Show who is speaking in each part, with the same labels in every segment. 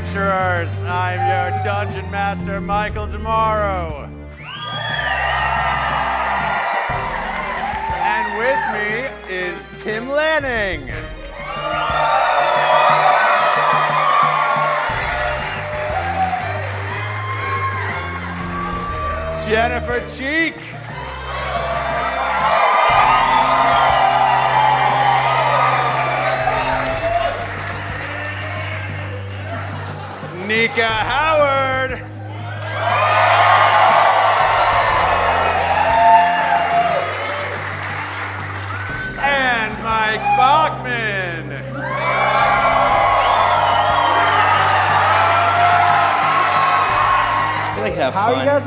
Speaker 1: listeners, I'm your dungeon master, Michael Tomorrow. And with me is Tim Lanning. Jennifer Cheek. Nika Howard. And Mike Bachman.
Speaker 2: I like to have
Speaker 3: How are
Speaker 2: fun.
Speaker 3: you guys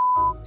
Speaker 4: a-"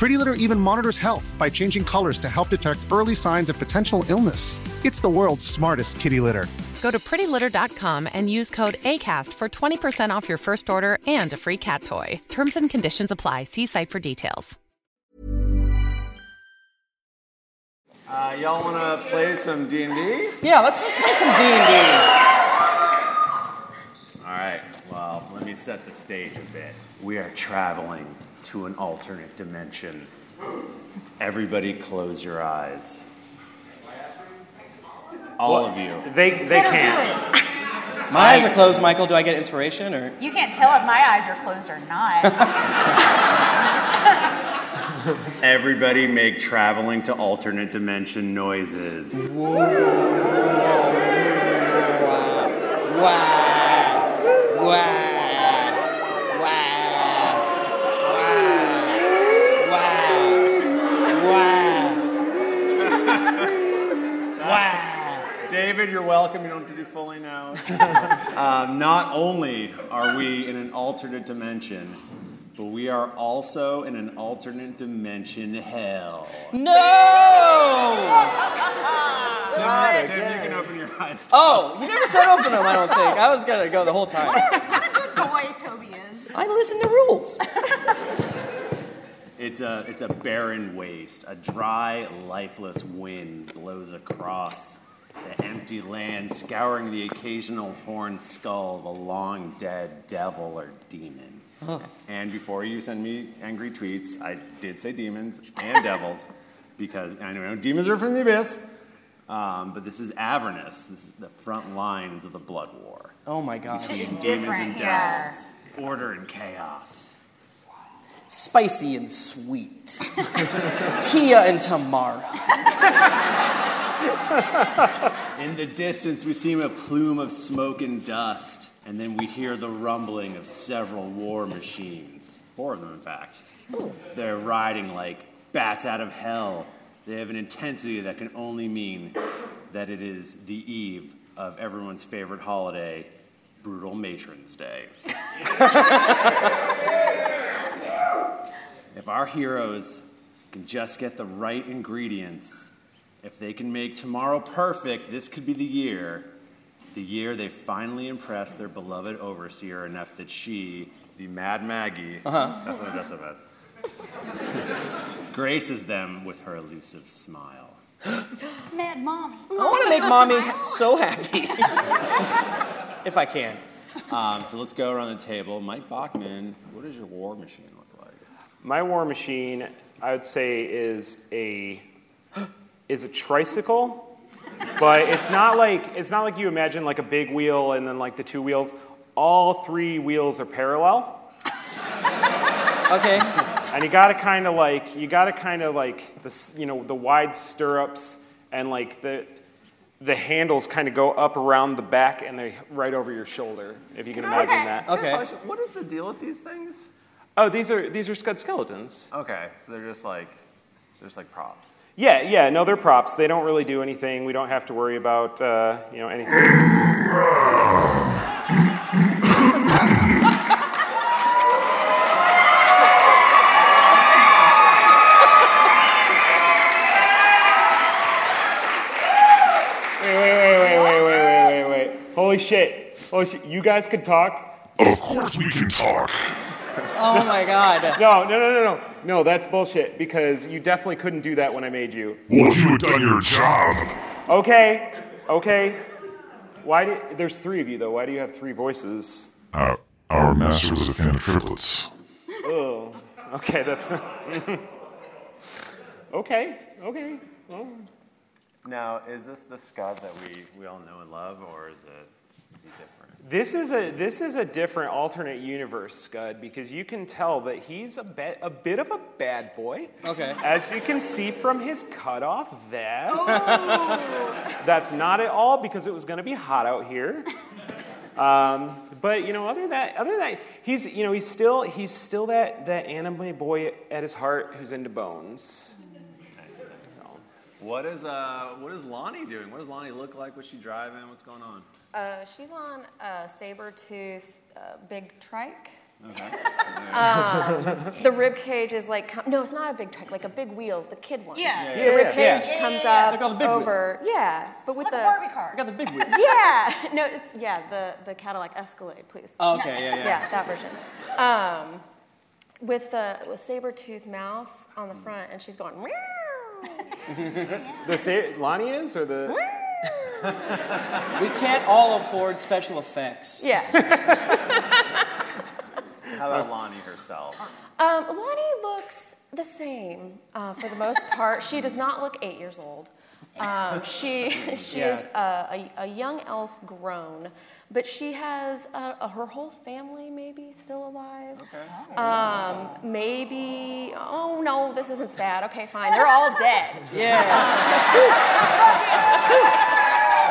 Speaker 5: Pretty Litter even monitors health by changing colors to help detect early signs of potential illness. It's the world's smartest kitty litter.
Speaker 6: Go to prettylitter.com and use code ACAST for 20% off your first order and a free cat toy. Terms and conditions apply. See site for details.
Speaker 1: Uh, y'all want to play some D&D?
Speaker 3: Yeah, let's just play some D&D.
Speaker 1: All right, well, let me set the stage a bit. We are traveling to an alternate dimension. Everybody close your eyes. All of you.
Speaker 3: They, they can't.
Speaker 2: My eyes are closed, Michael. Do I get inspiration or?
Speaker 7: You can't tell if my eyes are closed or not.
Speaker 1: Everybody make traveling to alternate dimension noises.
Speaker 2: Wow! Wow! Wow! Wow! Wow! Wow!
Speaker 1: David, you're welcome. You don't have to do fully now. um, not only are we in an alternate dimension, but we are also in an alternate dimension hell.
Speaker 2: No!
Speaker 1: Tim, you- Tim, you can open your eyes.
Speaker 2: Oh, you never said open them. I don't think. I was gonna go the whole time.
Speaker 7: Boy, Toby is.
Speaker 2: I listen to rules.
Speaker 1: It's a it's a barren waste. A dry, lifeless wind blows across the empty land, scouring the occasional horned skull of a long dead devil or demon. And before you send me angry tweets, I did say demons and devils because I know demons are from the abyss. Um, but this is Avernus. This is the front lines of the blood war.
Speaker 2: Oh my gosh.
Speaker 1: Demons and
Speaker 7: Different, yeah.
Speaker 1: devils, order and chaos.
Speaker 2: Spicy and sweet. Tia and Tamara.
Speaker 1: In the distance, we see a plume of smoke and dust, and then we hear the rumbling of several war machines. Four of them, in fact. They're riding like bats out of hell. They have an intensity that can only mean that it is the eve of everyone's favorite holiday, Brutal Matron's Day. If our heroes can just get the right ingredients, if they can make tomorrow perfect, this could be the year. The year they finally impress their beloved overseer enough that she, the Mad Maggie,
Speaker 2: Uh-huh.
Speaker 1: that's what I dress up as, graces them with her elusive smile.
Speaker 7: Mad mommy.
Speaker 2: I want to make mommy so happy if I can.
Speaker 1: Um, so let's go around the table. Mike Bachman, what does your war machine look like?
Speaker 8: My war machine, I would say, is a is a tricycle, but it's not like it's not like you imagine like a big wheel and then like the two wheels. All three wheels are parallel.
Speaker 2: Okay.
Speaker 8: And you gotta kind of like you gotta kind of like this, you know, the wide stirrups and like the the handles kind of go up around the back and they right over your shoulder, if you can imagine that.
Speaker 1: What is the deal with these things?
Speaker 8: Oh, these are these are Scud skeletons.
Speaker 1: Okay, so they're just like, they're just like props.
Speaker 8: Yeah, yeah, no, they're props. They don't really do anything. We don't have to worry about uh, you know anything. Wait, wait, wait, wait, wait, wait, wait, wait, wait. Holy shit. Holy shit. You guys could talk? Of course we can talk.
Speaker 2: Oh my god.
Speaker 8: No, no, no, no, no. No, that's bullshit because you definitely couldn't do that when I made you.
Speaker 3: Well, if you had done your job,
Speaker 8: Okay, okay. Why do, there's three of you though. Why do you have three voices?
Speaker 3: our, our master was a fan of triplets.
Speaker 8: Oh, okay, that's. okay, okay. Well,
Speaker 1: Mm. Now, is this the Scud that we, we all know and love, or is it is he different?
Speaker 8: This is a this is a different alternate universe, Scud, because you can tell that he's a bit a bit of a bad boy.
Speaker 2: Okay.
Speaker 8: As you can see from his cutoff vest. That's not at all because it was going to be hot out here. Um, but you know, other than that, other than that, he's you know he's still he's still that that anime boy at his heart who's into bones.
Speaker 1: What is uh what is Lonnie doing? What does Lonnie look like? What's she driving? What's going on?
Speaker 9: Uh, she's on a saber tooth uh, big trike.
Speaker 1: Okay.
Speaker 9: Um, the rib cage is like com- no, it's not a big trike, like a big wheels, the kid one.
Speaker 7: Yeah.
Speaker 9: The
Speaker 7: Yeah,
Speaker 9: rib
Speaker 7: yeah,
Speaker 9: cage
Speaker 7: yeah.
Speaker 9: comes
Speaker 7: Yeah, yeah, yeah.
Speaker 9: up
Speaker 7: Like all the big
Speaker 9: over. Yeah, but with
Speaker 7: Like
Speaker 9: the
Speaker 7: a Barbie car. I
Speaker 2: got the big wheel.
Speaker 9: yeah, no, it's, yeah, the the Cadillac Escalade, please.
Speaker 2: Oh, okay, yeah, yeah.
Speaker 9: Yeah, that version. Um, with the with saber tooth mouth on the front, and she's going.
Speaker 8: The sa- Lonnie is or the
Speaker 2: We can't all afford special effects.
Speaker 9: Yeah.
Speaker 1: How about Lonnie herself?
Speaker 9: Um, Lonnie looks the same uh, for the most part. She does not look eight years old. Um, she she
Speaker 10: Yeah.
Speaker 9: is a, a, a young elf grown, but she has uh, uh, her whole family maybe still alive. Okay. Um, maybe. Oh no, this isn't sad. Okay, fine. They're all dead.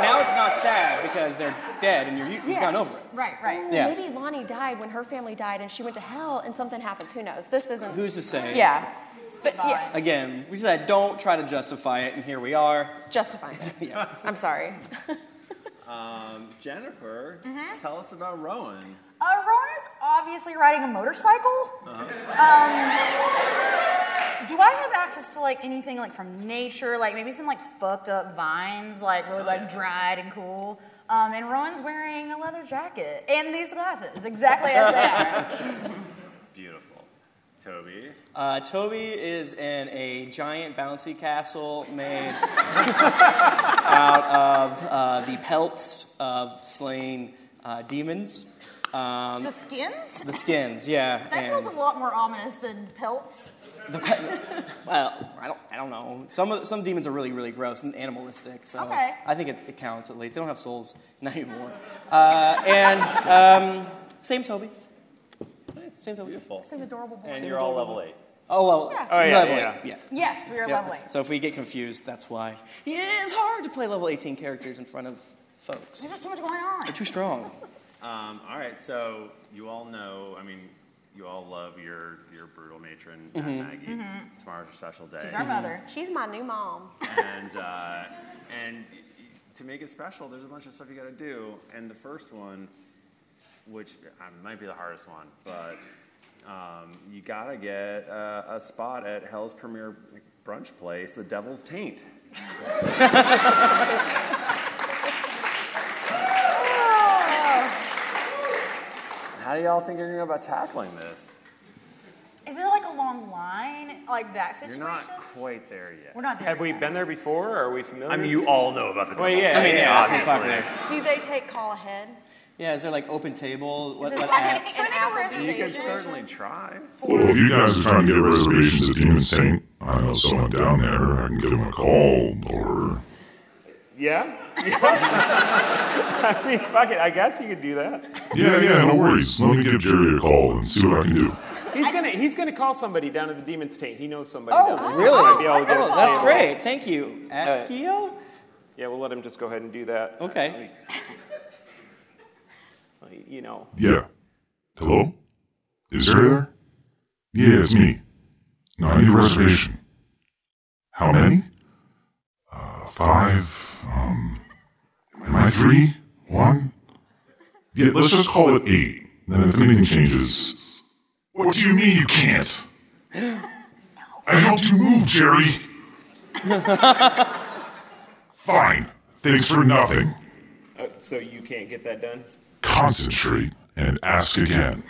Speaker 2: Now it's not sad because they're dead and you're, you've
Speaker 9: Yeah.
Speaker 2: gone over it.
Speaker 7: Right, right.
Speaker 9: Ooh,
Speaker 2: Yeah.
Speaker 9: Maybe Lonnie died when her family died, and she went to hell, and something happens. Who knows? This isn't.
Speaker 2: Who's to say?
Speaker 9: Yeah. But yeah,
Speaker 2: Again, we said don't try to justify it, and here we are.
Speaker 9: justifying it. I'm sorry.
Speaker 1: Um, Jennifer, tell us about Rowan.
Speaker 7: Uh, Rona's obviously riding a motorcycle.
Speaker 2: Uh-huh.
Speaker 7: Um, do I have access to like anything like from nature, like maybe some like fucked up vines, like
Speaker 2: Oh,
Speaker 7: really like dried and cool? Um, and Rowan's wearing a leather jacket and these glasses, exactly as they are.
Speaker 1: Beautiful. Toby.
Speaker 2: Uh, Toby is in a giant bouncy castle made out of uh, the pelts of slain uh, demons. Um,
Speaker 7: the skins?
Speaker 2: the skins, yeah.
Speaker 7: That feels a lot more ominous than pelts.
Speaker 2: Well, I don't, I don't know. Some of, some demons are really, really gross and animalistic. So
Speaker 7: Okay.
Speaker 2: I think it, it counts at least. They don't have souls, not anymore. Uh, and um, same Toby. Nice, same Toby.
Speaker 1: Beautiful.
Speaker 7: Some adorable boy.
Speaker 1: And you're all level eight.
Speaker 2: Oh well.
Speaker 7: Yeah.
Speaker 1: Oh, yeah,
Speaker 2: level
Speaker 1: yeah,
Speaker 2: eight, yeah.
Speaker 7: Yes, we are
Speaker 2: Yeah.
Speaker 7: leveling.
Speaker 2: So if we get confused, that's why. Yeah, it's hard to play level 18 characters in front of folks.
Speaker 7: There's just too much going on.
Speaker 2: They're too strong.
Speaker 1: Um, all right, so you all know, I mean, you all love your your brutal matron, Mad
Speaker 2: Mhm.
Speaker 1: Maggie.
Speaker 9: Mhm.
Speaker 1: Tomorrow's her special day.
Speaker 9: She's our mother. She's my new mom.
Speaker 1: and uh, and y- y- to make it special, there's a bunch of stuff you got to do. And the first one, which uh, might be the hardest one, but Um, you gotta get uh, a spot at Hell's premier brunch place, The Devil's Taint. How do y'all think you're gonna go about tackling this?
Speaker 7: Is there like a long line like that situation?
Speaker 1: You're not quite there yet.
Speaker 7: We're not there.
Speaker 8: Have we been there before? Or are we familiar?
Speaker 1: I mean, you all know about the
Speaker 8: Well,
Speaker 1: Devil's
Speaker 8: yeah,
Speaker 1: Taint.
Speaker 8: yeah,
Speaker 1: yeah,
Speaker 8: that's what's
Speaker 1: obviously.
Speaker 9: Do they take call ahead?
Speaker 2: Yeah, is there like open table? What,
Speaker 9: Is it
Speaker 2: what
Speaker 9: like an-
Speaker 2: apps?
Speaker 9: an Applebee's?
Speaker 1: You can certainly try.
Speaker 3: Well, if you guys are trying to get reservations at Demon Saint, I know someone down there. I can give him a call, or
Speaker 8: Yeah. I mean, fuck it. I guess you could do that.
Speaker 3: yeah, yeah, no worries. Let me give Jerry a call and see what I can do.
Speaker 8: He's gonna he's gonna call somebody down at the Demon's Taint. He knows somebody.
Speaker 2: Oh,
Speaker 8: down there.
Speaker 2: really?
Speaker 8: Might be able to get us
Speaker 2: Oh,
Speaker 8: a
Speaker 2: that's
Speaker 8: table.
Speaker 2: great. Thank you.
Speaker 8: Uh,
Speaker 2: Akio?
Speaker 8: Yeah, we'll let him just go ahead and do that.
Speaker 2: Okay.
Speaker 8: Well, he- You know.
Speaker 3: Yeah. Hello? Is Jerry there? Yeah, it's me. No, I need a reservation. How many? Uh, five. Um, am I three? One? Yeah, let's just call it eight. Then if anything changes. What do you mean you can't? I helped you move, Jerry! Fine. Thanks for nothing.
Speaker 8: Uh, so you can't get that done.
Speaker 3: Concentrate and ask again.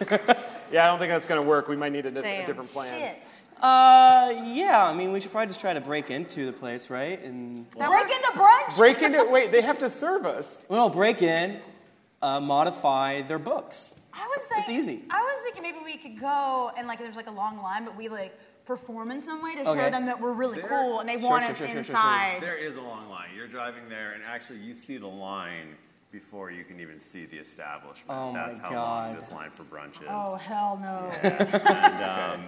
Speaker 8: Yeah, I don't think that's gonna work. We might need a, di- a
Speaker 9: Damn.
Speaker 8: different plan.
Speaker 2: Uh, yeah, I mean, we should probably just try to break into the place, right? And
Speaker 7: Break into brunch?
Speaker 8: Break into. Wait, they have to serve us.
Speaker 2: well, no, break in, uh, modify their books.
Speaker 7: I was saying,
Speaker 2: easy.
Speaker 7: I was thinking maybe we could go and like there's like a long line, but we like perform in some way to
Speaker 2: Okay.
Speaker 7: show them that we're really
Speaker 1: There-
Speaker 7: cool and they
Speaker 2: Sure,
Speaker 7: want
Speaker 2: sure,
Speaker 7: us
Speaker 2: sure, sure, sure, sure.
Speaker 7: inside.
Speaker 1: There is a long line. You're driving there, and actually, you see the line before you can even see the establishment.
Speaker 2: Oh my
Speaker 1: That's how long
Speaker 2: God.
Speaker 1: this line for brunch is.
Speaker 7: Oh hell no.
Speaker 1: and, um,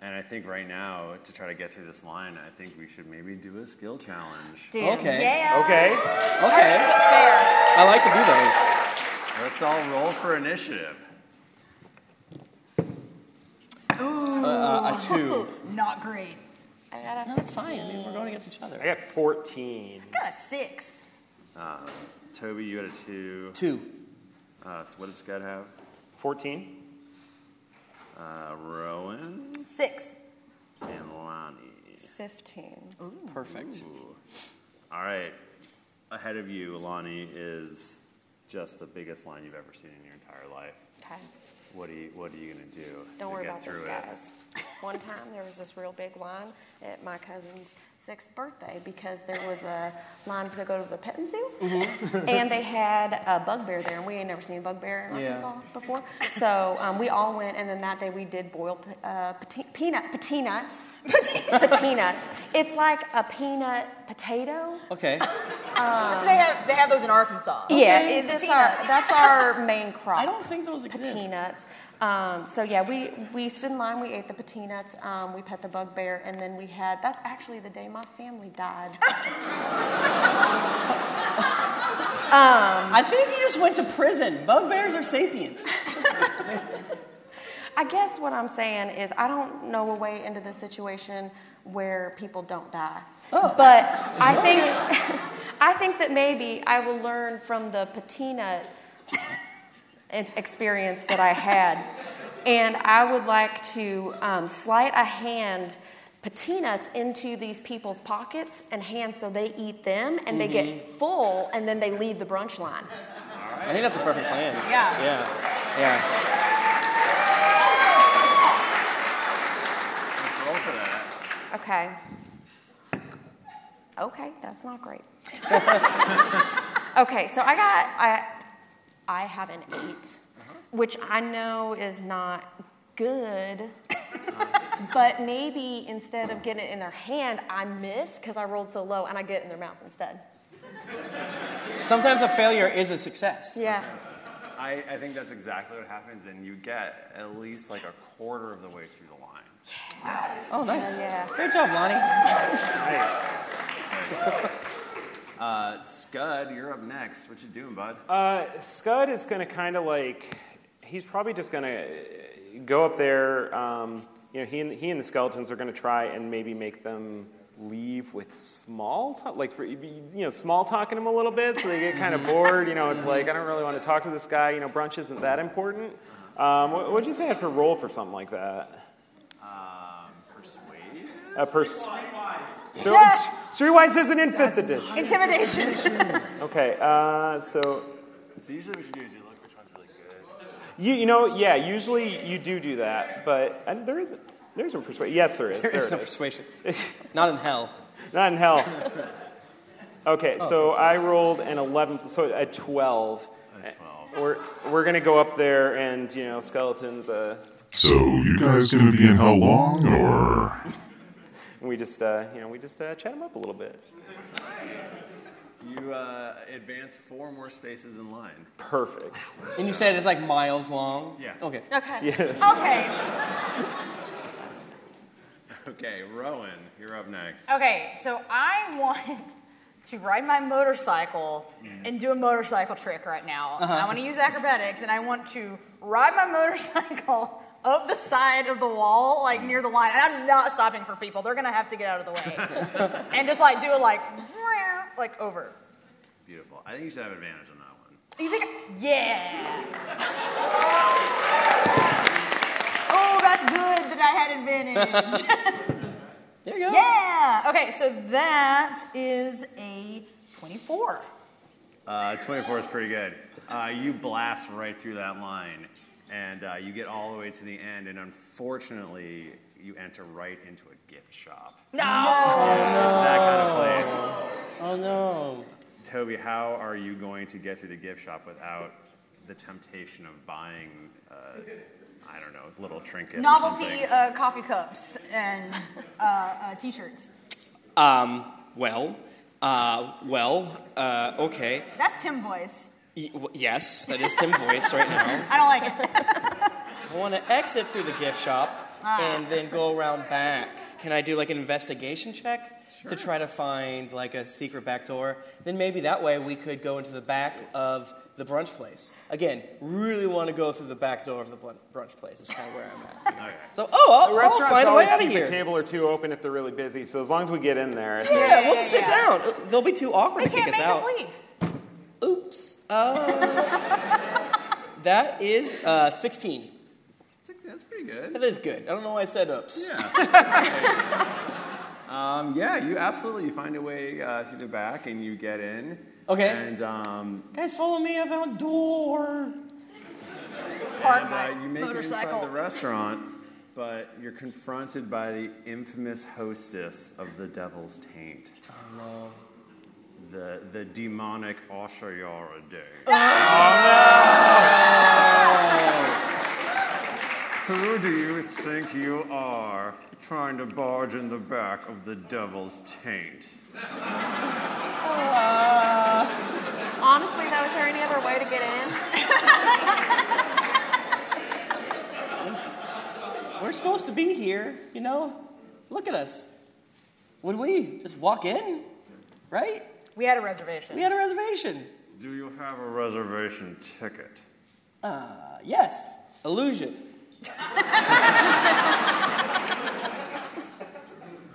Speaker 1: and I think right now, to try to get through this line, I think we should maybe do a skill challenge.
Speaker 9: Damn.
Speaker 2: Okay.
Speaker 7: Yeah.
Speaker 8: Okay.
Speaker 2: Okay,
Speaker 9: But fair.
Speaker 2: I like to do those.
Speaker 1: Let's all roll for initiative.
Speaker 2: Uh, A two.
Speaker 7: Not great.
Speaker 9: I gotta.
Speaker 2: No, it's fine. I mean, we're going against each other.
Speaker 8: I got 14.
Speaker 7: Got a six.
Speaker 1: Um, Toby, you had a two.
Speaker 2: Two.
Speaker 1: Uh, so what did Scott have?
Speaker 8: 14.
Speaker 1: Uh, Rowan
Speaker 7: Six.
Speaker 1: and Lonnie.
Speaker 9: 15.
Speaker 2: Perfect.
Speaker 1: All right. Ahead of you, Lonnie, is just the biggest line you've ever seen in your entire life.
Speaker 9: Okay.
Speaker 1: What are you, what are you going to do
Speaker 9: Don't
Speaker 1: to
Speaker 9: worry
Speaker 1: get
Speaker 9: about this,
Speaker 1: through it?
Speaker 9: guys. One time there was this real big line at my cousin's sixth birthday because there was a line to go to the petting zoo,
Speaker 1: Mm-hmm.
Speaker 9: and they had a bugbear there, and we ain't never seen a bugbear in
Speaker 2: Yeah.
Speaker 9: Arkansas before. So um, we all went, and then that day we did boil p- uh, pati- peanut patinuts. patinuts. It's like a peanut potato. um,
Speaker 2: Okay. Um.
Speaker 7: So they have they have those in Arkansas.
Speaker 9: Yeah, it, that's our
Speaker 7: Peanuts.
Speaker 9: that's our main crop.
Speaker 2: I don't think those exist.
Speaker 9: patinuts. Um, so yeah, we we stood in line. We ate the patinuts. Um, we pet the bugbear, and then we had. That's actually the day my family died.
Speaker 2: I think you just went to prison. Bugbears are sapient.
Speaker 9: I guess what I'm saying is I don't know a way into this situation where people don't die.
Speaker 2: Oh.
Speaker 9: But I think I think that maybe I will learn from the patina and- experience that I had, and I would like to um, slide a hand patinuts into these people's pockets and hands so they eat them and they get full and then they leave the brunch line.
Speaker 2: I think that's a perfect plan.
Speaker 7: Yeah.
Speaker 2: Yeah. Yeah.
Speaker 1: Let's roll for that.
Speaker 9: Okay. Okay, that's not great. okay, so I got I I have an 8 which I know is not good. but maybe instead of getting it in their hand, I miss because I rolled so low and I get it in their mouth instead.
Speaker 2: Sometimes a failure is a success.
Speaker 9: Yeah.
Speaker 1: I, I think that's exactly what happens, and you get at least like a quarter of the way through the line.
Speaker 2: Oh, nice.
Speaker 9: Yeah.
Speaker 2: Great job, Lonnie.
Speaker 8: Nice.
Speaker 1: Uh, Scud, you're up next. What you doing, bud?
Speaker 8: Uh, Scud is going to kind of like, he's probably just going to go up there. Um, you know, he and, he and the skeletons are going to try and maybe make them leave with small talk, like for you know, small talking them a little bit, so they get kind of bored. You know, it's like I don't really want to talk to this guy. You know, brunch isn't that important. Um, what would you say I had for roll for something like that?
Speaker 1: Um, persuasion?
Speaker 8: A pers- so, it's- Streetwise isn't in fifth edition.
Speaker 7: Intimidation.
Speaker 8: Okay, uh, so
Speaker 1: So usually what you do is you look which one's really good.
Speaker 8: you you know yeah, usually you do do that, but and there isn't there isn't persuasion. Yes, there is.
Speaker 2: There is
Speaker 8: it
Speaker 2: no persuasion. Not in hell. Oh,
Speaker 8: Not in hell. Okay, so I rolled an 11, so a 12. We're, we're going to go up there and, you know, skeletons, uh,
Speaker 3: So you guys gonna be in hell long, or
Speaker 8: and we just, uh, you know, we just uh, chat them up a little bit.
Speaker 1: You uh, advance four more spaces in line.
Speaker 8: Perfect.
Speaker 2: And you said it's like miles long?
Speaker 1: Yeah.
Speaker 2: Okay.
Speaker 9: Okay.
Speaker 1: Yeah.
Speaker 7: Okay.
Speaker 1: Okay, Rowan, you're up next.
Speaker 7: Okay, so I want to ride my motorcycle and do a motorcycle trick right now.
Speaker 11: Uh-huh.
Speaker 7: I want to use acrobatics and I want to ride my motorcycle up the side of the wall, like near the line. And I'm not stopping for people. They're going to have to get out of the way. and just like do it like, like over.
Speaker 1: Beautiful. I think you should have advantage on that one.
Speaker 7: You think? Yeah. oh, that's good that I had advantage.
Speaker 2: there you go.
Speaker 7: Yeah. Okay, so that is a 24.
Speaker 1: Uh, 24 is pretty good. Uh, you blast right through that line, and uh, you get all the way to the end, and unfortunately, you enter right into a gift shop.
Speaker 7: No.
Speaker 1: It's that kind of place.
Speaker 2: Oh no.
Speaker 1: Toby, how are you going to get through the gift shop without the temptation of buying, uh, I don't know, little trinket? or
Speaker 7: Novelty
Speaker 1: something?
Speaker 7: uh, coffee cups and uh, uh, t-shirts.
Speaker 2: Um, well, uh, well, uh, okay.
Speaker 7: That's Tim voice.
Speaker 2: Y- w- yes, that is Tim's voice right now.
Speaker 7: I don't like it.
Speaker 2: I want to exit through the gift shop
Speaker 7: Ah.
Speaker 2: and then go around back. Can I do like an investigation check to try to find like a secret back door? Then maybe that way we could go into the back of the brunch place. Again, really want to go through the back door of the brun- brunch place. Is kind of where I'm at.
Speaker 1: Okay.
Speaker 2: So, oh,
Speaker 8: The
Speaker 2: I'll, I'll
Speaker 8: restaurants
Speaker 2: find a way
Speaker 8: always
Speaker 2: out of
Speaker 8: keep
Speaker 2: here.
Speaker 8: a table or two open if they're really busy, so as long as we get in there. I think-
Speaker 2: Yeah, we'll sit down. They'll be too awkward to kick us out. Oops. Uh, that is uh, 16.
Speaker 1: 16, that's pretty good.
Speaker 2: That is good. I don't know why I said oops.
Speaker 1: Um, yeah, you absolutely find a way uh, through the back and you get in.
Speaker 2: Okay.
Speaker 1: And, um,
Speaker 2: Guys, follow me. I found door.
Speaker 1: and, uh, you make it
Speaker 2: motorcycle.
Speaker 1: inside the restaurant, but you're confronted by the infamous hostess of the Devil's Taint. Oh, no. The, the demonic Oshayara Day.
Speaker 2: Ah!
Speaker 1: Who do you think you are trying to barge in the back of the Devil's Taint?
Speaker 9: Honestly, though, is there any other way to get in?
Speaker 2: We're supposed to be here, you know? Look at us. Would we just walk in? Right?
Speaker 7: We had a reservation.
Speaker 2: We had a reservation.
Speaker 1: Do you have a reservation ticket?
Speaker 2: Uh, yes. Illusion.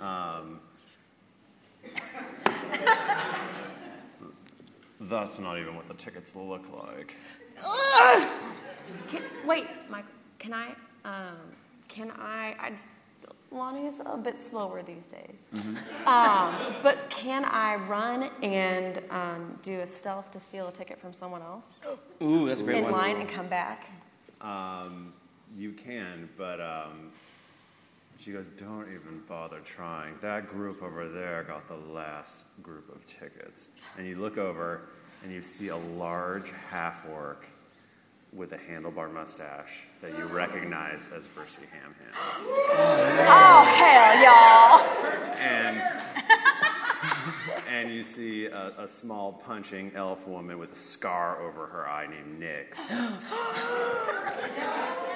Speaker 1: Um, that's not even what the tickets look like.
Speaker 9: Can, wait, Mike. Can I? Um, can I, I? Lonnie's a bit slower these days.
Speaker 2: Mm-hmm.
Speaker 9: Um, but can I run and um, do a stealth to steal a ticket from someone else
Speaker 2: Ooh, that's a great
Speaker 9: in
Speaker 2: one.
Speaker 9: line and come back?
Speaker 1: Um, you can, but um, she goes, don't even bother trying. That group over there got the last group of tickets. And you look over and you see a large half orc with a handlebar mustache that you recognize as Percy Ham
Speaker 7: Oh hell, y'all.
Speaker 1: and and you see a, a small punching elf woman with a scar over her eye named Nyx.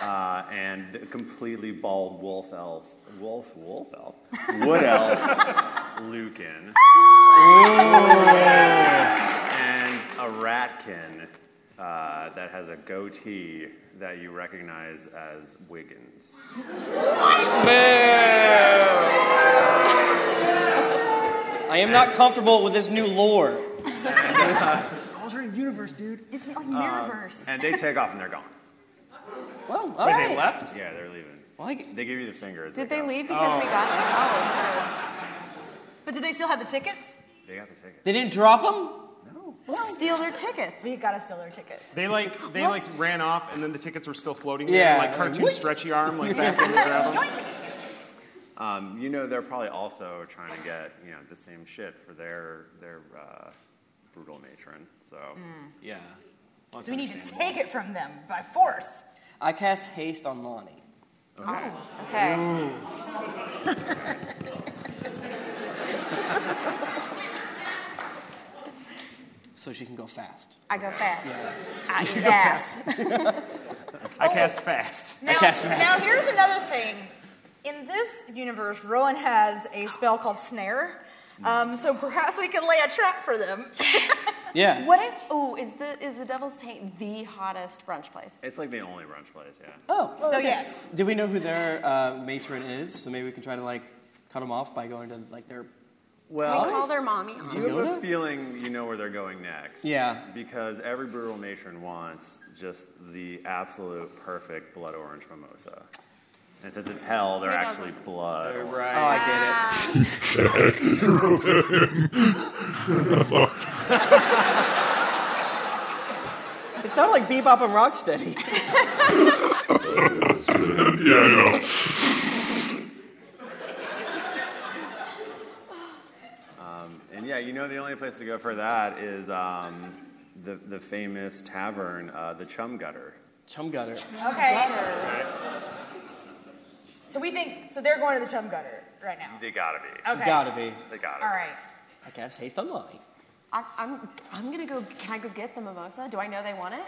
Speaker 1: Uh, and the completely bald wolf elf, wolf wolf elf, wood elf, Lucan, and a ratkin uh, that has a goatee that you recognize as Wiggins.
Speaker 2: I am not comfortable with this new lore.
Speaker 1: It's an alternate universe, dude.
Speaker 7: It's like
Speaker 1: Mirrorverse. and they take off and they're gone.
Speaker 2: Well,
Speaker 9: all right.
Speaker 1: left? Yeah, they're leaving. They give you the finger. It's
Speaker 9: Did
Speaker 1: like,
Speaker 9: they leave because we
Speaker 1: Oh.
Speaker 9: got oh. them?
Speaker 7: But did they still have the tickets?
Speaker 1: they got the ticket.
Speaker 2: They didn't drop them?
Speaker 7: steal their tickets. We gotta steal their tickets.
Speaker 8: They like they like ran off, and then the tickets were still floating.
Speaker 1: Yeah,
Speaker 8: Yeah, like
Speaker 1: like,
Speaker 8: cartoon
Speaker 1: what?
Speaker 8: stretchy arm, like back in the gravel.
Speaker 1: Um, you know, they're probably also trying to get you know the same shit for their their uh, brutal matron. So
Speaker 7: Mm.
Speaker 1: yeah,
Speaker 7: So we need to take it from them by force.
Speaker 2: I cast haste on Lonnie.
Speaker 1: Oh,
Speaker 7: okay.
Speaker 9: Oh,
Speaker 2: so she can go fast.
Speaker 9: I go fast. Ah, I
Speaker 2: You
Speaker 9: eat
Speaker 2: go
Speaker 9: ass.
Speaker 8: I cast fast.
Speaker 7: Now, now here's another thing. In this universe, Rowan has a spell called Snare. Um, so perhaps we can lay a trap for them.
Speaker 2: Yeah.
Speaker 9: What if? Ooh, is the is the Devil's Taint the hottest brunch place?
Speaker 1: It's like the only brunch place. Yeah.
Speaker 2: Oh.
Speaker 9: so
Speaker 2: okay.
Speaker 9: yes.
Speaker 2: Do we know who their uh, matron is? So maybe we can try to like cut them off by going to like their.
Speaker 1: Well,
Speaker 9: we call their mommy on.
Speaker 1: You have a feeling you know where they're going next.
Speaker 2: Yeah.
Speaker 1: Because every brutal matron wants just the absolute perfect blood orange mimosa. And since it's hell, they're
Speaker 8: Who
Speaker 1: actually blood. Right.
Speaker 2: Oh, I
Speaker 1: get
Speaker 2: it sounded like Bebop and Rocksteady.
Speaker 3: yeah, I know.
Speaker 1: Um, and yeah, you know the only place to go for that is um, the, the famous tavern, uh, the Chum Gutter.
Speaker 2: Chum Gutter.
Speaker 7: Okay. So we think, so they're going to the chum gutter right now.
Speaker 1: They gotta be.
Speaker 7: Okay.
Speaker 2: Gotta be.
Speaker 1: They gotta.
Speaker 7: All right.
Speaker 2: I cast haste on Lonnie.
Speaker 9: I, I'm I'm gonna go. Can I go get the mimosa? Do I know they want it?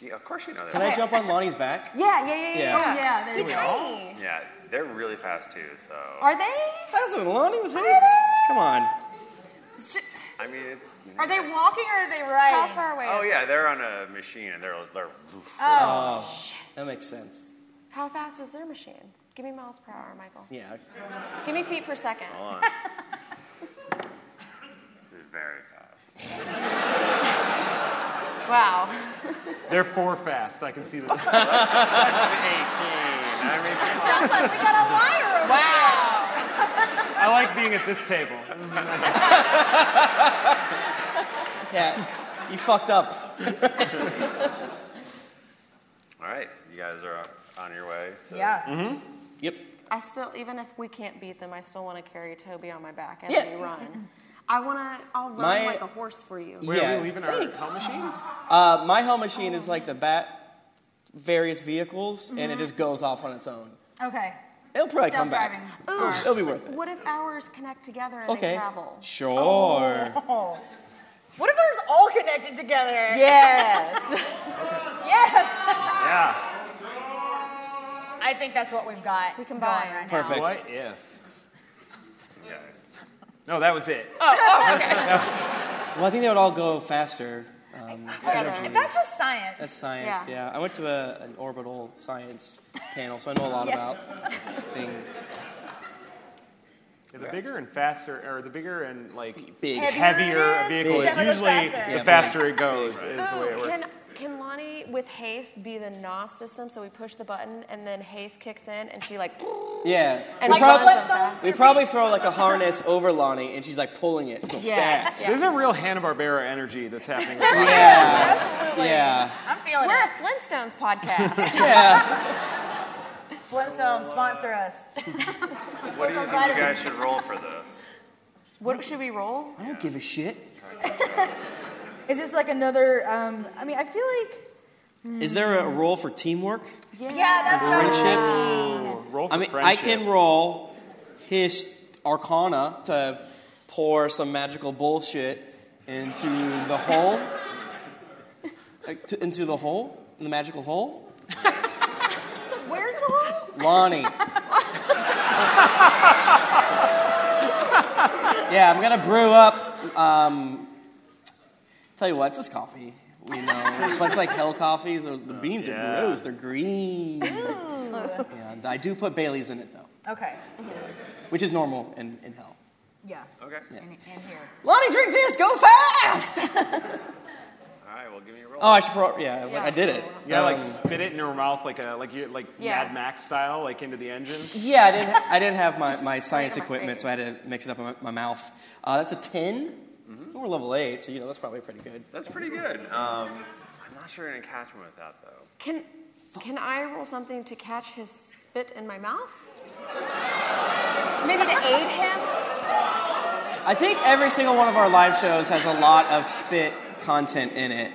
Speaker 1: Yeah, of course you know that.
Speaker 2: Can I jump on Lonnie's back?
Speaker 9: Yeah, yeah, yeah, yeah.
Speaker 2: Yeah. Oh, yeah,
Speaker 9: yeah.
Speaker 2: there
Speaker 9: Be
Speaker 2: we go.
Speaker 9: tiny.
Speaker 1: Yeah, they're really fast too, so.
Speaker 9: Are they?
Speaker 2: Faster than Lonnie with haste? Come on.
Speaker 1: I mean, it's.
Speaker 7: Are they walking or are they riding? How far
Speaker 9: away?
Speaker 1: Oh, yeah, they're on a machine and they're. they're
Speaker 7: Oh,
Speaker 2: That makes sense.
Speaker 9: How fast is their machine? Give me miles per hour, Michael.
Speaker 2: Yeah.
Speaker 9: Give me feet per second.
Speaker 1: Hold on. They're very fast.
Speaker 9: Wow.
Speaker 8: They're four fast. I can see that.
Speaker 7: Sounds like we got a liar over
Speaker 9: Wow.
Speaker 8: I like being at this table.
Speaker 2: Yeah. You fucked up.
Speaker 1: All right, you guys are on your way. To,
Speaker 9: Yeah.
Speaker 1: Mm-hmm.
Speaker 2: Yep.
Speaker 9: I still, even if we can't beat them, I still want to carry Toby on my back and
Speaker 2: Yeah.
Speaker 9: we run. I want to. I'll run
Speaker 2: My-
Speaker 9: like a horse for you.
Speaker 2: Yeah, thanks. Uh, my hell machine is like the bat, various vehicles, and
Speaker 7: Mm-hmm.
Speaker 2: it
Speaker 9: Mhm.
Speaker 2: just goes off on its own.
Speaker 7: Okay.
Speaker 2: It'll probably come back.
Speaker 7: Self-driving
Speaker 2: Ooh,
Speaker 9: car.
Speaker 2: it'll be worth it.
Speaker 9: What if ours connect together and
Speaker 2: Okay.
Speaker 9: they travel?
Speaker 2: Sure.
Speaker 7: Oh. What if ours all connected together?
Speaker 9: Yes.
Speaker 7: yes.
Speaker 8: Yeah.
Speaker 7: I think that's what we've got. We combine. Right now.
Speaker 8: Perfect. What if? No, that was it.
Speaker 7: Oh, oh, okay.
Speaker 2: Well, I think they would all go faster. Um,
Speaker 7: Together.
Speaker 2: synergy.
Speaker 7: That's just science.
Speaker 2: That's science. Yeah. I went to a, an orbital science panel, so I know a lot
Speaker 7: Yes.
Speaker 2: about things.
Speaker 8: The bigger and faster, or the bigger and like
Speaker 2: Big.
Speaker 8: heavier
Speaker 2: Heavier
Speaker 8: a
Speaker 2: it is,
Speaker 8: vehicle is,
Speaker 2: the
Speaker 8: usually
Speaker 2: faster. Yeah,
Speaker 8: the
Speaker 2: big.
Speaker 8: faster it goes is the way it
Speaker 9: Ooh,
Speaker 8: works.
Speaker 9: Oh, can, can Lonnie with haste be the NOS system? So we push the button and then haste kicks in and she like.
Speaker 2: Yeah.
Speaker 9: And
Speaker 2: we
Speaker 9: like
Speaker 2: probably,
Speaker 9: Flintstones or
Speaker 2: we probably throw like a harness over Lonnie, and she's like pulling it. to go
Speaker 9: Yeah,
Speaker 2: fast.
Speaker 8: There's a real Hanna Barbera energy that's happening.
Speaker 2: Yeah. Yeah.
Speaker 7: I'm feeling
Speaker 9: We're a Flintstones podcast.
Speaker 7: Flintstone, sponsor us.
Speaker 1: What do you
Speaker 7: Those
Speaker 1: think you
Speaker 7: vitamins.
Speaker 1: guys should roll for this?
Speaker 9: What should we roll?
Speaker 2: I don't give a shit.
Speaker 7: Is this like another? Um, I mean, I feel like.
Speaker 2: Is there a role for teamwork?
Speaker 7: Yeah,
Speaker 2: friendship?
Speaker 8: roll
Speaker 2: I mean, I can roll his arcana to pour some magical bullshit into the hole. Like, to- into the hole? The magical hole?
Speaker 7: Where's the hole?
Speaker 2: Lonnie. yeah, I'm gonna brew up. Um, tell you what, it's just coffee. You know, but it's like hell coffee. So the beans
Speaker 1: Yeah.
Speaker 2: are gross. They're green. Yeah, I do put Bailey's in it though,
Speaker 7: Okay.
Speaker 9: Mm-hmm.
Speaker 2: which is normal in, in hell.
Speaker 7: Yeah.
Speaker 12: Okay.
Speaker 7: And, and here.
Speaker 2: Lonnie, drink this. Go fast.
Speaker 12: All right, well, give me a roll.
Speaker 2: Oh, I should probably. Yeah, I was like, I did it.
Speaker 12: You gotta like
Speaker 2: Um,
Speaker 12: spit it in her mouth like a like you like
Speaker 2: Yeah.
Speaker 12: Mad Max style, like into the engine.
Speaker 2: Yeah, I didn't. I didn't have my, my science equipment, so I had to mix it up in my, my mouth. Uh, that's a 10 We're level eight, so you know that's probably pretty good.
Speaker 12: That's pretty good. Um, I'm not sure you're gonna catch him with that though.
Speaker 9: Can can I roll something to catch his spit in my mouth? Maybe to aid him.
Speaker 2: I think every single one of our live shows has a lot of spit content in it.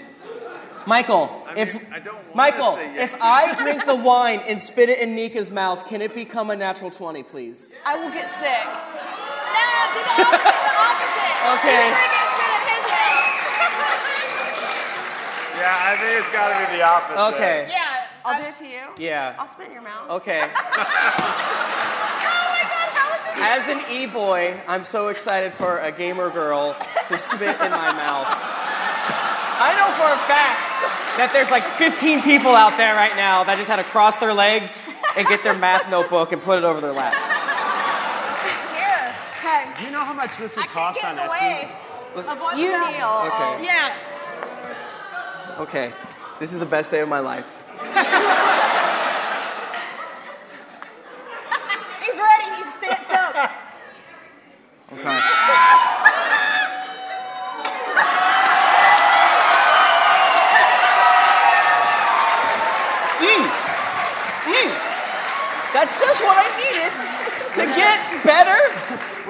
Speaker 2: Michael, if
Speaker 12: I don't wanna
Speaker 2: Michael,
Speaker 12: say yes.
Speaker 2: if I drink the wine and spit it in Nika's mouth, can it become a natural twenty, please?
Speaker 9: I will get sick.
Speaker 2: Okay.
Speaker 12: Yeah, I think it's gotta be the opposite.
Speaker 2: Okay.
Speaker 9: Yeah. I'll do it to you.
Speaker 2: Yeah.
Speaker 9: I'll spit in your mouth. Oh
Speaker 2: Okay. As an e-boy, I'm so excited for a gamer girl to spit in my mouth. I know for a fact that there's like 15 people out there right now that just had to cross their legs and get their math notebook and put it over their laps.
Speaker 9: Okay.
Speaker 12: Do you know how much this would
Speaker 7: cost
Speaker 12: on
Speaker 7: Get in the way of what's
Speaker 9: You
Speaker 7: out-
Speaker 9: kneel.
Speaker 2: Okay.
Speaker 7: Yeah.
Speaker 2: Okay, this is the best day of my life.
Speaker 7: He's ready. He stands up.
Speaker 2: Okay. Mm. Mm. That's just what I needed to get better.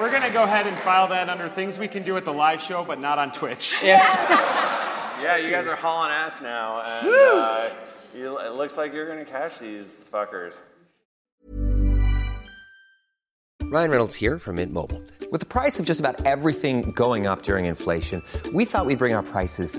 Speaker 12: We're gonna go ahead and file that under things we can do at the live show, but not on Twitch.
Speaker 2: Yeah.
Speaker 1: Yeah, you guys are hauling ass now, and uh, you, it looks like you're gonna catch these fuckers.
Speaker 4: Ryan Reynolds here from Mint Mobile. With the price of just about everything going up during inflation, we thought we'd bring our prices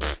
Speaker 2: Pfft,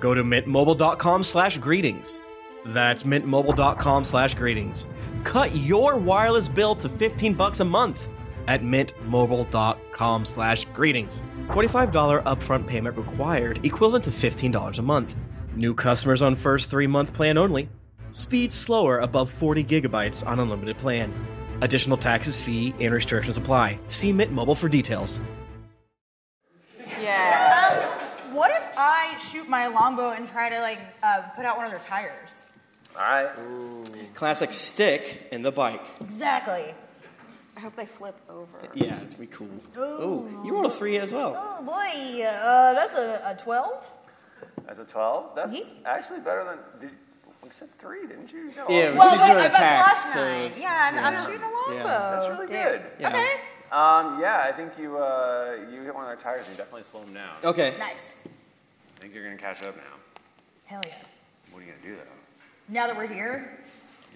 Speaker 2: go to mintmobile.com slash greetings. That's mintmobile.com slash greetings. Cut your wireless bill to 15 bucks a month at mintmobile.com slash greetings. $45 upfront payment required, equivalent to $15 a month. New customers on first three month plan only. Speed slower above 40 gigabytes on unlimited plan. Additional taxes, fee, and restrictions apply. See Mint Mobile for details.
Speaker 7: Um, what if I shoot my longbow and try to like uh, put out one of their tires?
Speaker 9: All right. Classic stick in the bike.
Speaker 7: Exactly.
Speaker 13: I hope they flip over.
Speaker 9: Yeah, it's gonna be cool.
Speaker 7: Ooh.
Speaker 9: Oh, you rolled a three as well.
Speaker 7: Oh boy, uh, that's a, a 12.
Speaker 1: That's a 12? That's actually better than. Did, you said 3, didn't you? No,
Speaker 9: Yeah,
Speaker 1: I-
Speaker 9: but she's doing attack. So it's-
Speaker 7: Yeah, I'm, I'm shooting a longbow.
Speaker 1: That's really good.
Speaker 9: Yeah. Okay.
Speaker 1: Um, yeah, I think you uh, you hit one of their tires and you definitely slow them down.
Speaker 9: Okay.
Speaker 7: Nice.
Speaker 1: I think you're gonna catch up now.
Speaker 7: Hell yeah.
Speaker 1: What are you gonna do though?
Speaker 7: Now that we're here.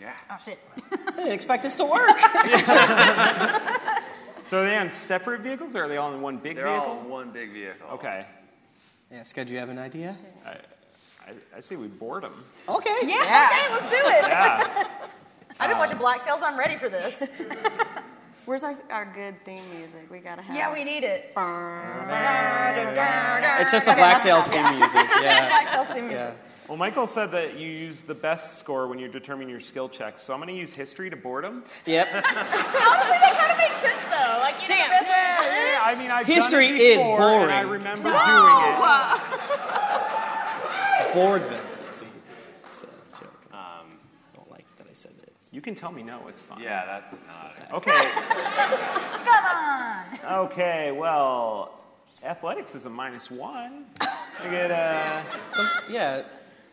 Speaker 1: Yeah.
Speaker 7: Oh shit.
Speaker 9: I didn't expect this to work.
Speaker 8: So are they on separate vehicles or are they all in one big
Speaker 1: They're
Speaker 8: vehicle?
Speaker 1: all one big vehicle.
Speaker 8: Okay.
Speaker 9: Yeah, Scud, do you have an idea?
Speaker 8: I, I, I say we board them.
Speaker 9: Okay.
Speaker 7: Yeah, okay, let's do it.
Speaker 8: Yeah. Um,
Speaker 7: I've been watching Black Sails, I'm ready for this.
Speaker 13: Where's our, our good theme music? We gotta have.
Speaker 7: Yeah, we need it.
Speaker 9: It's just the Black Sails theme music. Yeah.
Speaker 7: Black Sails theme music.
Speaker 8: Well, Michael said that you use the best score when you determine your skill checks, so I'm going to use history to board them.
Speaker 9: Yep.
Speaker 7: Honestly, that kind of makes sense though. Like, you know, the best
Speaker 8: Yeah, yeah, I mean, I've done it
Speaker 9: History is
Speaker 8: before, and I
Speaker 9: boring.
Speaker 8: remember doing it.
Speaker 7: No!
Speaker 9: Bored them. See, it's a joke.
Speaker 1: Um,
Speaker 9: don't like that I said it.
Speaker 8: You can tell me no, it's fine.
Speaker 1: Yeah, that's not.
Speaker 8: Okay.
Speaker 7: Come on.
Speaker 8: Okay, well, athletics is a minus one. I get uh,
Speaker 9: yeah.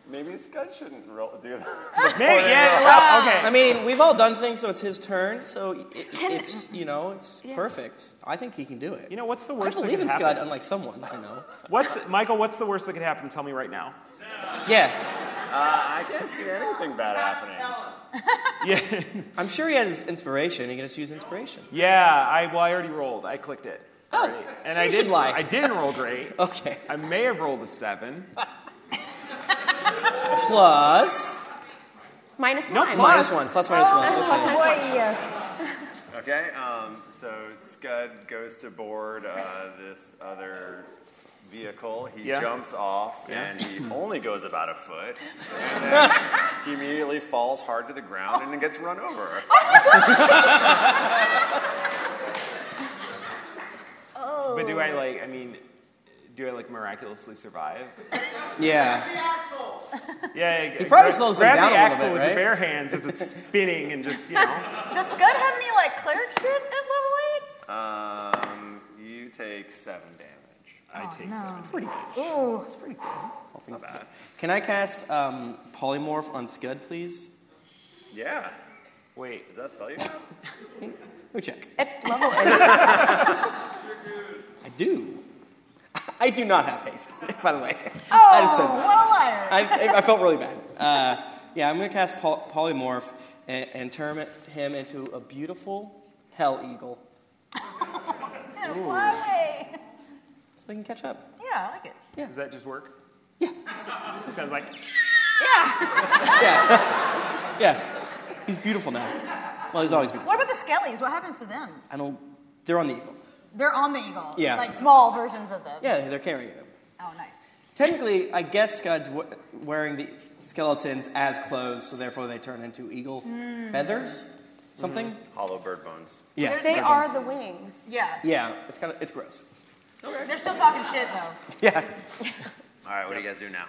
Speaker 1: Maybe Scud shouldn't roll, do that.
Speaker 8: Maybe, yeah, well, okay.
Speaker 9: I mean, we've all done things, so it's his turn. So it, it's you know, it's
Speaker 8: Yeah.
Speaker 9: perfect. I think he can do it. You
Speaker 8: know what's the
Speaker 9: I
Speaker 8: worst that
Speaker 9: believe
Speaker 8: could
Speaker 9: in Scott,
Speaker 8: happen?
Speaker 9: unlike someone. You know.
Speaker 8: What's Michael? What's the worst that could happen? Tell me right now.
Speaker 9: Yeah.
Speaker 1: Uh, I can't see anything bad happening.
Speaker 8: Yeah.
Speaker 9: I'm sure he has inspiration. He can just use inspiration.
Speaker 8: Yeah, I well, I already rolled. I clicked it. Oh, and I
Speaker 9: you
Speaker 8: did.
Speaker 9: should lie.
Speaker 8: I didn't roll great.
Speaker 9: okay.
Speaker 8: I may have rolled a seven.
Speaker 9: Plus.
Speaker 13: Minus
Speaker 8: No,
Speaker 13: one.
Speaker 9: Minus one. Oh, Plus minus one.
Speaker 13: Oh, minus
Speaker 9: Okay.
Speaker 13: one.
Speaker 1: Okay, um, so Scud goes to board uh, this other vehicle. He
Speaker 8: Yeah.
Speaker 1: jumps off
Speaker 8: Yeah.
Speaker 1: and he only goes about a foot. And then he immediately falls hard to the ground and then gets run over.
Speaker 8: But do I like? I mean, do I like miraculously survive?
Speaker 9: Yeah.
Speaker 8: Yeah. He
Speaker 9: probably slows them
Speaker 8: grab
Speaker 9: down
Speaker 8: the
Speaker 9: a little
Speaker 8: axle
Speaker 9: bit,
Speaker 8: with
Speaker 9: right?
Speaker 8: your bare hands as it's spinning and just you know.
Speaker 7: Does Scud have any like cleric shit at level
Speaker 1: Um, you take seven damage.
Speaker 7: Oh,
Speaker 8: I take
Speaker 7: seven.
Speaker 9: Pretty
Speaker 7: eight? Ooh.
Speaker 9: That's pretty good. Not bad. Can I cast um, polymorph on Scud, please?
Speaker 1: Yeah.
Speaker 8: Wait.
Speaker 1: Does that spell you?
Speaker 9: Let me check.
Speaker 7: At level eight.
Speaker 9: I do. I do not have haste, by the way.
Speaker 7: Oh,
Speaker 9: I just said that.
Speaker 7: what a liar.
Speaker 9: I, I felt really bad. Uh, yeah, I'm going to cast pol- polymorph,
Speaker 2: and, and turn it- him into a beautiful hell eagle.
Speaker 7: Fly away.
Speaker 2: So we can catch up.
Speaker 7: Yeah, I like it.
Speaker 8: Does that just work? Yeah. This guy's like,
Speaker 2: Yeah, he's beautiful now. Well, he's always beautiful.
Speaker 7: What about the skellies? What happens to them?
Speaker 2: I don't. They're on the eagle.
Speaker 7: They're on the eagle.
Speaker 2: Yeah.
Speaker 7: Like small versions of them.
Speaker 2: Yeah, they're carrying them.
Speaker 7: Oh, nice.
Speaker 2: Technically, I guess Scud's w- wearing the skeletons as clothes, so therefore they turn into eagle
Speaker 9: Mm.
Speaker 2: feathers, something.
Speaker 1: Hmm. Hollow bird bones.
Speaker 2: Yeah,
Speaker 9: They
Speaker 2: bird
Speaker 9: are
Speaker 2: bones.
Speaker 9: the wings.
Speaker 7: Yeah.
Speaker 2: Yeah, it's kind of it's gross.
Speaker 7: They're still talking shit though.
Speaker 2: Yeah.
Speaker 1: All right, what do you guys do now?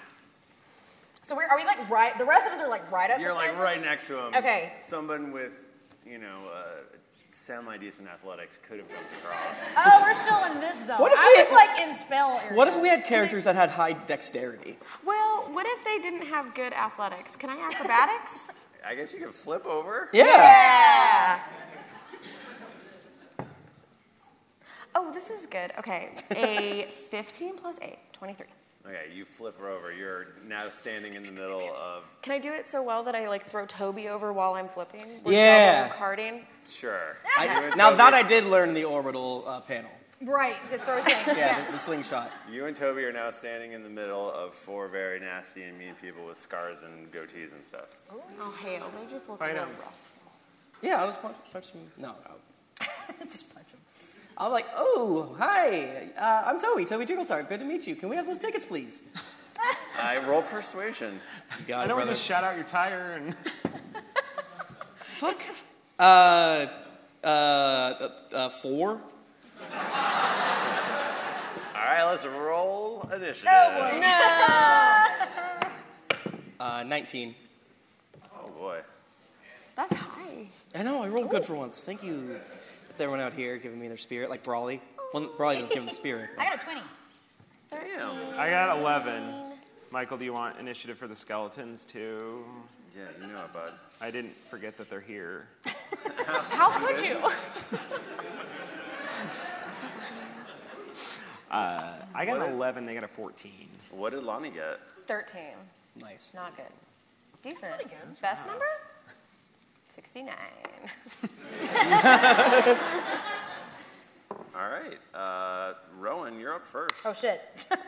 Speaker 7: So we're, are we like right? The rest of us are like right up.
Speaker 1: You're
Speaker 7: the
Speaker 1: like
Speaker 7: side?
Speaker 1: right next to him.
Speaker 7: Okay.
Speaker 1: Someone with, you know, uh, semi-decent athletics could have jumped across.
Speaker 7: Oh, we're still in this zone.
Speaker 2: What if
Speaker 7: I
Speaker 2: we-
Speaker 7: was like in spell area.
Speaker 2: What if we had characters that had high dexterity?
Speaker 9: Well, what if they didn't have good athletics? Can I acrobatics?
Speaker 1: I guess you could flip over.
Speaker 2: Yeah.
Speaker 9: yeah. Oh, this is good. Okay. A 15 plus 8, 23.
Speaker 1: Okay, you flip her over. You're now standing in the middle of.
Speaker 9: Can I do it so well that I like throw Toby over while I'm flipping? We're
Speaker 2: Yeah.
Speaker 9: double Carding.
Speaker 1: Sure.
Speaker 2: I, now
Speaker 1: Toby-
Speaker 2: that I did learn the orbital uh, panel.
Speaker 7: Right. The throw thing.
Speaker 2: Yeah,
Speaker 7: yes.
Speaker 2: the, the slingshot.
Speaker 1: You and Toby are now standing in the middle of four very nasty and mean people with scars and goatees and stuff.
Speaker 9: Oh, hell, they just look
Speaker 2: I
Speaker 9: real
Speaker 2: know.
Speaker 9: rough.
Speaker 2: Yeah, I'll just punch, punch him. No, no. just punch him. I'm like, oh, hi, uh, I'm Toby, Toby Jiggletart. Good to meet you. Can we have those tickets, please?
Speaker 1: I roll persuasion.
Speaker 2: You got
Speaker 8: I
Speaker 2: it,
Speaker 8: don't
Speaker 2: brother.
Speaker 8: want to shout out your tire and.
Speaker 2: Fuck. Uh, uh, uh, uh, four.
Speaker 1: All right, let's roll initiative.
Speaker 2: Oh, Uh, 19.
Speaker 1: Oh boy.
Speaker 9: That's high.
Speaker 2: I know, I rolled good for once. Thank you. It's everyone out here giving me their spirit, like Brawley. Well, Brawley doesn't give him the spirit.
Speaker 7: I got a twenty.
Speaker 8: I got 11. Michael, do you want initiative for the skeletons too?
Speaker 1: Yeah, you know it, bud.
Speaker 8: I didn't forget that they're here.
Speaker 9: How could you?
Speaker 8: Uh, I got
Speaker 1: What?
Speaker 8: an 11, they got a 14.
Speaker 1: What did Lonnie get?
Speaker 9: 13.
Speaker 2: Nice.
Speaker 9: Not good. Decent. Best number? 69.
Speaker 1: All right, uh, Rowan, you're up first.
Speaker 7: Oh shit. um,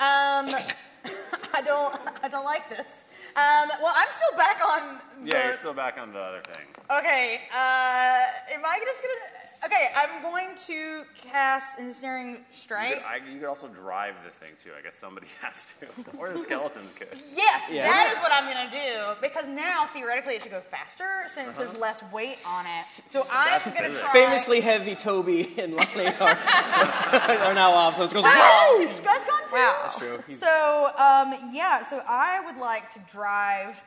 Speaker 7: I don't. I don't like this. Um, well, I'm still back on.
Speaker 1: Yeah, you're
Speaker 7: the-
Speaker 1: still back on the other thing.
Speaker 7: Okay. Uh, am I just gonna? Okay, I'm going to cast ensnaring
Speaker 1: You
Speaker 7: strike.
Speaker 1: could, I, you could also drive the thing too. I guess somebody has to, or the skeletons could.
Speaker 7: Yes,
Speaker 1: Yeah.
Speaker 7: that is what I'm gonna do because now theoretically it should go faster since
Speaker 1: Uh-huh.
Speaker 7: there's less weight on it. So I'm
Speaker 2: That's
Speaker 7: gonna try.
Speaker 2: Famously heavy Toby and Lonnie are, are now off, so it goes.
Speaker 7: Wow, this guy's gone too.
Speaker 2: That's true. He's-
Speaker 7: So um, yeah, so I would like to drive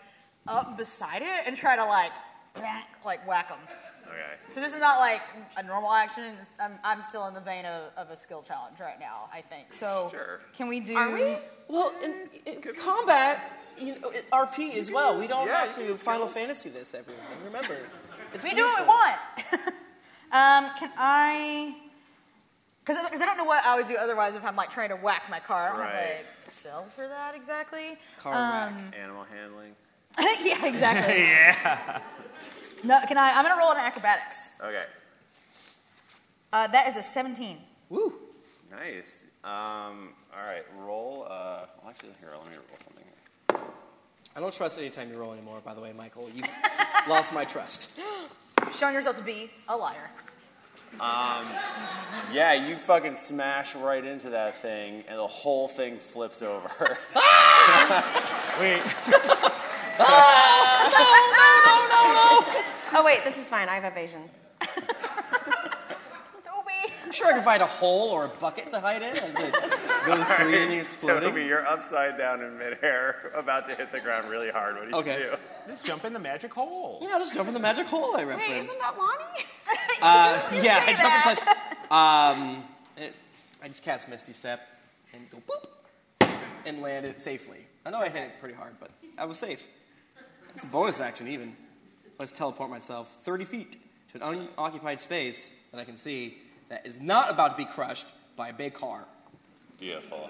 Speaker 7: up beside it and try to like, bonk, like whack them.
Speaker 1: Okay.
Speaker 7: So this is not like a normal action. it's- I'm, I'm still in the vein of, of a skill challenge right now. I think so.
Speaker 1: Sure.
Speaker 7: Can we do?
Speaker 2: Are we? Well, in, in combat, you know, it- RP as well. We don't have to Final Fantasy this, everyone. Remember, it's
Speaker 7: we do what we want. um, can I? Because I don't know what I would do otherwise if I'm like trying to whack my car. I don't have
Speaker 1: Right.
Speaker 7: like spells for that exactly.
Speaker 1: Car
Speaker 7: Um,
Speaker 1: wreck, animal handling.
Speaker 7: yeah, exactly.
Speaker 8: yeah.
Speaker 7: No, can I? I'm gonna roll an acrobatics.
Speaker 1: Okay.
Speaker 7: Uh, that is a 17.
Speaker 2: Woo.
Speaker 1: Nice. Um, all right, roll. Uh, well, actually, here, let me roll something. Here.
Speaker 2: I don't trust any time you roll anymore. By the way, Michael, you have lost my trust.
Speaker 7: Showing yourself to be a liar.
Speaker 1: Um, yeah, you fucking smash right into that thing, and the whole thing flips over.
Speaker 8: Wait.
Speaker 9: Oh, wait, this is fine. I have evasion.
Speaker 2: I'm sure I can find a hole or a bucket to hide in. As it goes careening, exploding.
Speaker 1: Toby, you're upside down in midair, about to hit the ground really hard. What do you
Speaker 2: Okay.
Speaker 1: do?
Speaker 8: Just jump in the magic hole.
Speaker 2: Yeah, I'll just jump in the magic hole I referenced.
Speaker 9: that Lonnie?
Speaker 2: Uh, yeah, I jump inside. Um, it, I just cast Misty Step and go boop and land it safely. I know I hit it pretty hard, but I was safe. That's a bonus action, even. Let's teleport myself 30 feet to an unoccupied space that I can see that is not about to be crushed by a big car.
Speaker 1: Beautiful.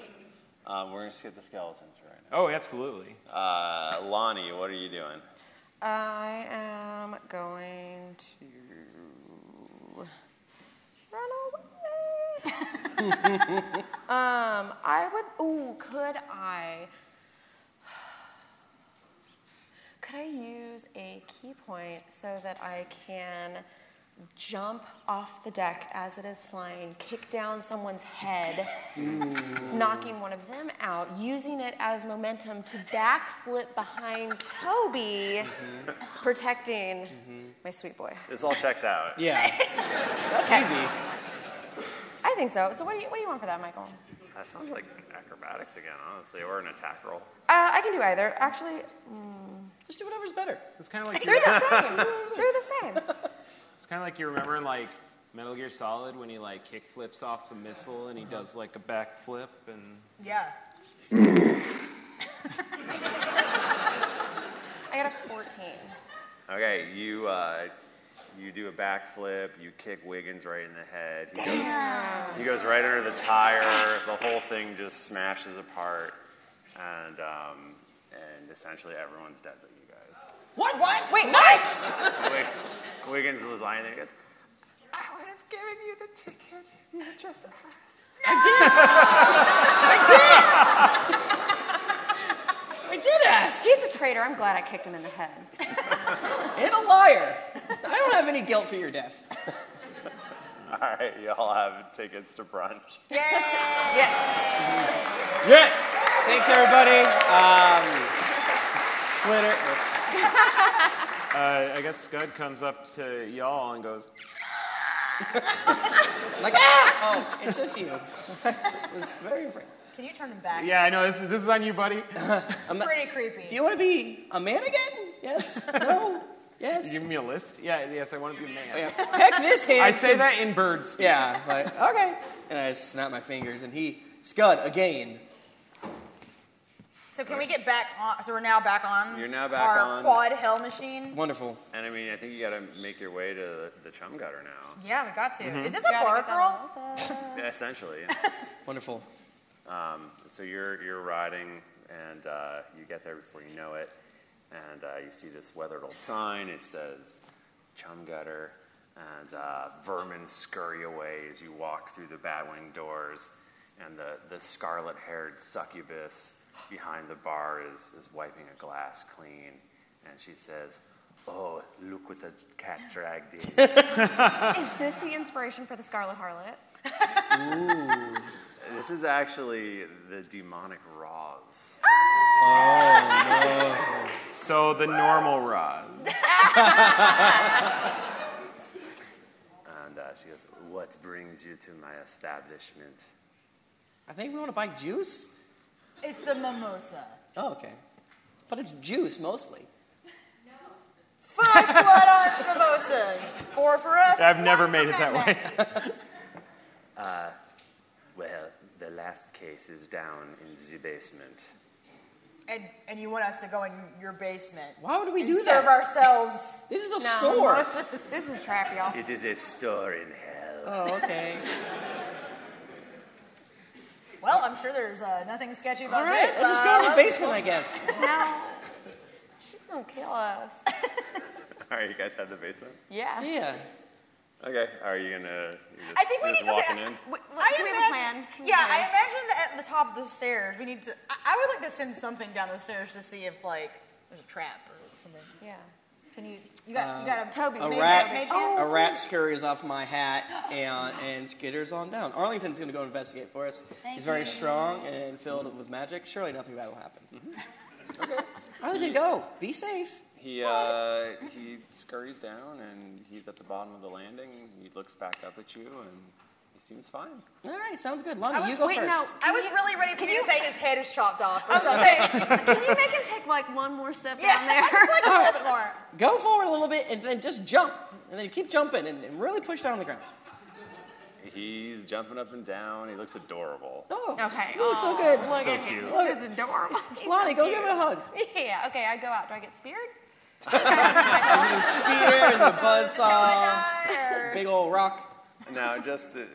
Speaker 1: Um, we're gonna skip the skeletons right
Speaker 8: Oh, absolutely.
Speaker 1: now. Uh, Lonnie, what are you doing?
Speaker 9: I am going to run away. um, I would. Ooh, could I? Could I use a key point so that I can jump off the deck as it is flying, kick down someone's head, knocking one of them out, using it as momentum to backflip behind Toby, protecting my sweet boy?
Speaker 1: Mm-hmm. This all checks out.
Speaker 2: Yeah.
Speaker 9: That's
Speaker 2: easy.
Speaker 9: I think so. So, what do you, what do you want for that, Michael?
Speaker 1: That sounds like acrobatics again, honestly, or an attack roll.
Speaker 9: Uh, I can do either. Actually, mm,
Speaker 2: just do whatever's better.
Speaker 8: It's kind of like
Speaker 9: they're the same. they're the same.
Speaker 8: It's kind of like you remember in like Metal Gear Solid when he like kick flips off the missile and he does like a back flip and
Speaker 7: Yeah.
Speaker 9: I got a 14.
Speaker 1: Okay, you uh, you do a backflip, you kick Wiggins right in the head. He goes,
Speaker 9: Damn.
Speaker 1: he goes right under the tire. The whole thing just smashes apart, and um, and essentially everyone's dead but you guys.
Speaker 7: What? What?
Speaker 9: Wait,
Speaker 7: nice.
Speaker 1: Wig- Wiggins was lying there. He goes,
Speaker 14: I would have given you the ticket. You just asked.
Speaker 9: I did ask. He's a traitor. I'm glad I kicked him in the head.
Speaker 2: And a liar. I don't have any guilt for your death.
Speaker 1: all right, y'all have tickets to brunch.
Speaker 2: Yes. Thanks, everybody. Um, Twitter.
Speaker 8: Uh, I guess Scud comes up to y'all and goes,
Speaker 2: Like, ah! Oh, it's just you. I was very afraid.
Speaker 7: Can you turn him back?
Speaker 8: "Yeah, I know this is this is on you, buddy."
Speaker 2: I'm not-
Speaker 7: Pretty creepy.
Speaker 2: do you want to be a man again? Yes. No. Yes.
Speaker 8: You give me a list? Yeah, yes, I want to be a man.
Speaker 2: Heck, this hand.
Speaker 8: I say that in bird speak.
Speaker 2: Yeah. Like, okay. And I snap my fingers, and he scud again.
Speaker 7: So can we get back on? So we're now back on.
Speaker 1: You're now back
Speaker 7: our
Speaker 1: on.
Speaker 7: quad hell machine.
Speaker 2: Wonderful.
Speaker 1: And I mean, I think you got to make your way to the, the chum gutter now,
Speaker 7: Yeah, we got to.
Speaker 8: Mm-hmm.
Speaker 1: Mhm.
Speaker 7: Is this a
Speaker 9: Gotta
Speaker 7: bar
Speaker 9: get that
Speaker 7: crawl?
Speaker 1: essentially.
Speaker 2: Wonderful.
Speaker 1: Um, so you're you're riding, and uh, you get there before you know it, and uh, you see this weathered old sign. It says "Chum Gutter," and uh, vermin scurry away as you walk through the batwing doors, and the, the scarlet-haired succubus behind the bar is is wiping a glass clean, and she says. Oh, look what the cat dragged in.
Speaker 9: Is this the inspiration for the Scarlet Harlot?
Speaker 1: this is actually the demonic Roz.
Speaker 8: Oh no. So the normal rod.
Speaker 1: And uh, she goes, What brings you to my establishment?
Speaker 2: I think we want to buy juice.
Speaker 7: It's a mimosa.
Speaker 2: Oh, okay. But it's juice mostly.
Speaker 7: Five blood orange mimosas. Four for us.
Speaker 8: I've
Speaker 7: one
Speaker 8: never
Speaker 7: for
Speaker 8: made it that
Speaker 7: Batman.
Speaker 8: way.
Speaker 1: Uh, well, the last case is down in the basement.
Speaker 7: And, and you want us to go in your basement?
Speaker 2: Why would we
Speaker 7: and
Speaker 2: do
Speaker 7: serve
Speaker 2: that?
Speaker 7: ourselves?
Speaker 2: This is a
Speaker 9: No.
Speaker 2: store.
Speaker 9: this is trap, y'all.
Speaker 1: It is a store in hell.
Speaker 2: Oh, okay.
Speaker 7: Well, I'm sure there's uh, nothing sketchy about
Speaker 2: All right,
Speaker 7: this. uh,
Speaker 2: let's just go to the basement, I guess.
Speaker 9: No. She's gonna kill us.
Speaker 1: All right, you guys have the basement?
Speaker 9: Yeah.
Speaker 2: Yeah.
Speaker 1: Okay. Are you gonna? You're just,
Speaker 7: I think we
Speaker 1: you're
Speaker 7: need
Speaker 1: just
Speaker 7: to.
Speaker 1: walking
Speaker 7: okay,
Speaker 1: in.
Speaker 9: Wait,
Speaker 7: I
Speaker 9: do we have a
Speaker 7: imagine-
Speaker 9: plan? Can we
Speaker 7: Yeah,
Speaker 9: do
Speaker 7: I
Speaker 9: it?
Speaker 7: imagine that at the top of the stairs, we need to. I, I would like to send something down the stairs to see if like there's a trap or something.
Speaker 9: Yeah. Can you?
Speaker 7: You got, you got a Toby.
Speaker 2: Um,
Speaker 7: Oh.
Speaker 2: A
Speaker 7: mage hand,
Speaker 2: rat,
Speaker 7: mage hand?
Speaker 2: a rat scurries off my hat and, and skitters on down. Arlington's going to go investigate for us.
Speaker 7: Thank
Speaker 2: He's very
Speaker 7: you.
Speaker 2: strong and filled with magic. Surely nothing bad will happen.
Speaker 7: Mm-hmm.
Speaker 2: Arlington, go. Be safe.
Speaker 1: He uh, he scurries down and he's at the bottom of the landing. He looks back up at you and he seems fine.
Speaker 2: All right, sounds good.
Speaker 7: I
Speaker 2: Lonnie,
Speaker 7: was-
Speaker 2: you go
Speaker 7: wait,
Speaker 2: first.
Speaker 7: no, I was really ready for you, to say his head is chopped off or
Speaker 9: I was gonna
Speaker 7: something.
Speaker 9: say, can you make him take like one more step down there?
Speaker 7: I just like a little bit more.
Speaker 2: Go forward a little bit and then just jump. And then keep jumping and, and really push down on the ground.
Speaker 1: He's jumping up and down. He looks adorable.
Speaker 2: Oh,
Speaker 9: Okay.
Speaker 2: you look so
Speaker 9: aw,
Speaker 2: good.
Speaker 9: Look at him. Look at adorable. He's so
Speaker 2: Lonnie, go give
Speaker 9: cute.
Speaker 2: him a hug.
Speaker 9: Yeah. Okay. I go out. Do I get speared?
Speaker 2: There's a Oh spear, there's a buzzsaw,
Speaker 7: Fire.
Speaker 2: big old rock.
Speaker 1: Now, just to,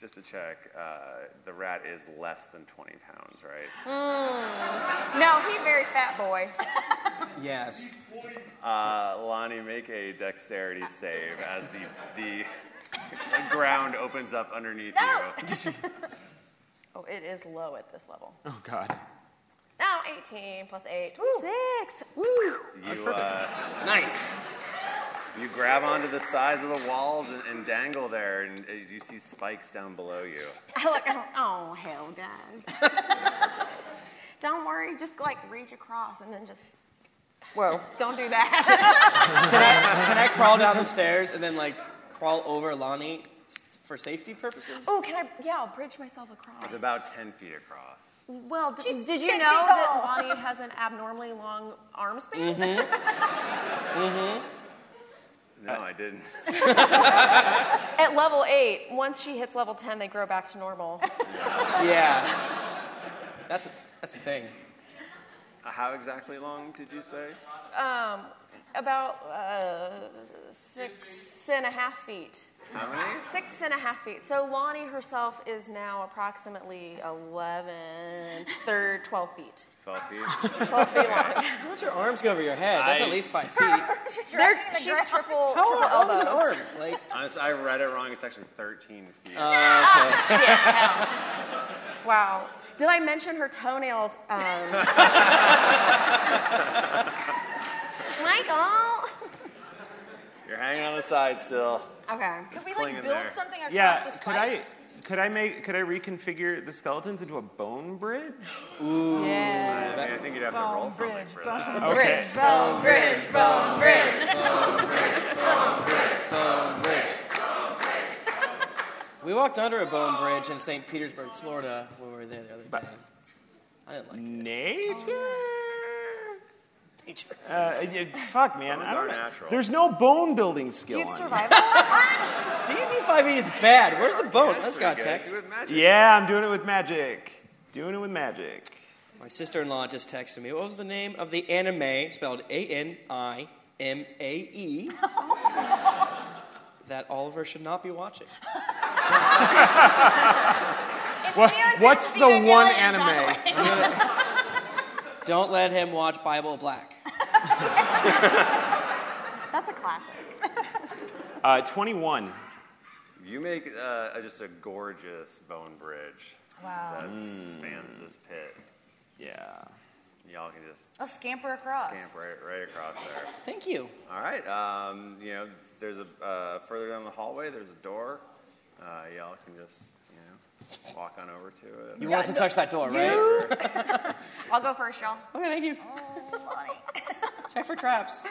Speaker 1: Just to check, uh, the rat is less than 20 pounds, right?
Speaker 9: Hmm.
Speaker 6: Mm. No, he very fat boy.
Speaker 2: Yes.
Speaker 1: Uh, Lonnie, make a dexterity save as the, the, the ground opens up underneath you.
Speaker 9: Oh, it is low at this level.
Speaker 8: Oh, God.
Speaker 9: Now 18 Oh, plus 8, 26. Woo!
Speaker 1: You, uh,
Speaker 2: nice.
Speaker 1: You grab onto the sides of the walls and, and dangle there, and uh, you see spikes down below you.
Speaker 9: I look, I don't- oh hell, guys. don't worry, just like reach across and then just. Whoa! Don't do that.
Speaker 2: Can I, can I crawl down the stairs and then like crawl over Lonnie for safety purposes?
Speaker 9: oh, can I? Yeah, I'll bridge myself across.
Speaker 1: It's about 10 feet across.
Speaker 9: Well, d-
Speaker 6: She's
Speaker 9: did you know
Speaker 6: 10 feet
Speaker 9: that
Speaker 6: tall.
Speaker 9: Lonnie has an abnormally long arm span?
Speaker 1: Mhm. Mm-hmm.
Speaker 2: Mm-hmm.
Speaker 1: No, I didn't.
Speaker 9: At level eight, once she hits level 10, they grow back to normal.
Speaker 2: Yeah. That's a, that's the thing.
Speaker 1: Uh, How exactly long did you say?
Speaker 9: Um, about uh, six and a half feet.
Speaker 1: How many?
Speaker 9: Six and a half feet. So Lonnie herself is now approximately 11, third, 12 feet.
Speaker 1: 12 feet?
Speaker 9: 12 feet long.
Speaker 2: Let your arms go over your head. That's
Speaker 1: I-
Speaker 2: at least five feet.
Speaker 9: They're, she's triple,
Speaker 2: How
Speaker 9: triple
Speaker 2: long
Speaker 9: elbows.
Speaker 2: is an arm?
Speaker 1: Honestly, I read it wrong. It's actually 13 feet.
Speaker 2: Oh, okay.
Speaker 9: Wow. Did I mention her toenails? Um, Michael!
Speaker 1: You're hanging on the side still.
Speaker 9: Okay.
Speaker 7: Could we
Speaker 1: Pulling
Speaker 7: like
Speaker 1: in
Speaker 7: build
Speaker 1: there.
Speaker 7: something across
Speaker 8: yeah,
Speaker 7: the
Speaker 8: could I
Speaker 7: spikes?
Speaker 8: could I make could I reconfigure the skeletons into a bone bridge?
Speaker 1: Ooh.
Speaker 7: Yeah.
Speaker 1: I, mean, I think you'd have to roll something for that.
Speaker 8: bone Okay. bridge,
Speaker 7: bone bridge, bone bridge.
Speaker 2: Bone bridge. We walked under a bone bridge in St. Petersburg, Florida, when we were there the other day. I didn't like
Speaker 8: Nature.
Speaker 2: Nature.
Speaker 8: Uh, yeah, fuck, man.
Speaker 2: Bones are
Speaker 8: I don't know.
Speaker 2: natural.
Speaker 8: There's no bone building skill. on it.
Speaker 2: D&D 5e is bad. Where's the bones? That's got text.
Speaker 8: Yeah, I'm doing it with magic. Doing it with magic.
Speaker 2: My sister-in-law just texted me. What was the name of the anime spelled A-N-I-M-A-E E that Oliver should not be watching?
Speaker 8: What- what's the one
Speaker 2: anime?
Speaker 8: anime?
Speaker 2: Don't let him watch Bible Black.
Speaker 9: That's a classic.
Speaker 8: Uh, 21.
Speaker 1: You make uh, a- just a gorgeous bone bridge
Speaker 7: Wow.
Speaker 1: that s-
Speaker 7: Mm.
Speaker 1: spans this pit.
Speaker 8: Yeah.
Speaker 1: Y'all can just
Speaker 7: Let's scamper across.
Speaker 1: Camp right, right across there.
Speaker 2: Thank you.
Speaker 1: All right. Um, you know, there's a uh, further down the hallway. There's a door. Uh, y'all can just you know walk on over to it.
Speaker 2: You want us to touch that door, right?
Speaker 9: I'll go first, y'all.
Speaker 2: Okay, thank you.
Speaker 8: Oh,
Speaker 2: Check for traps.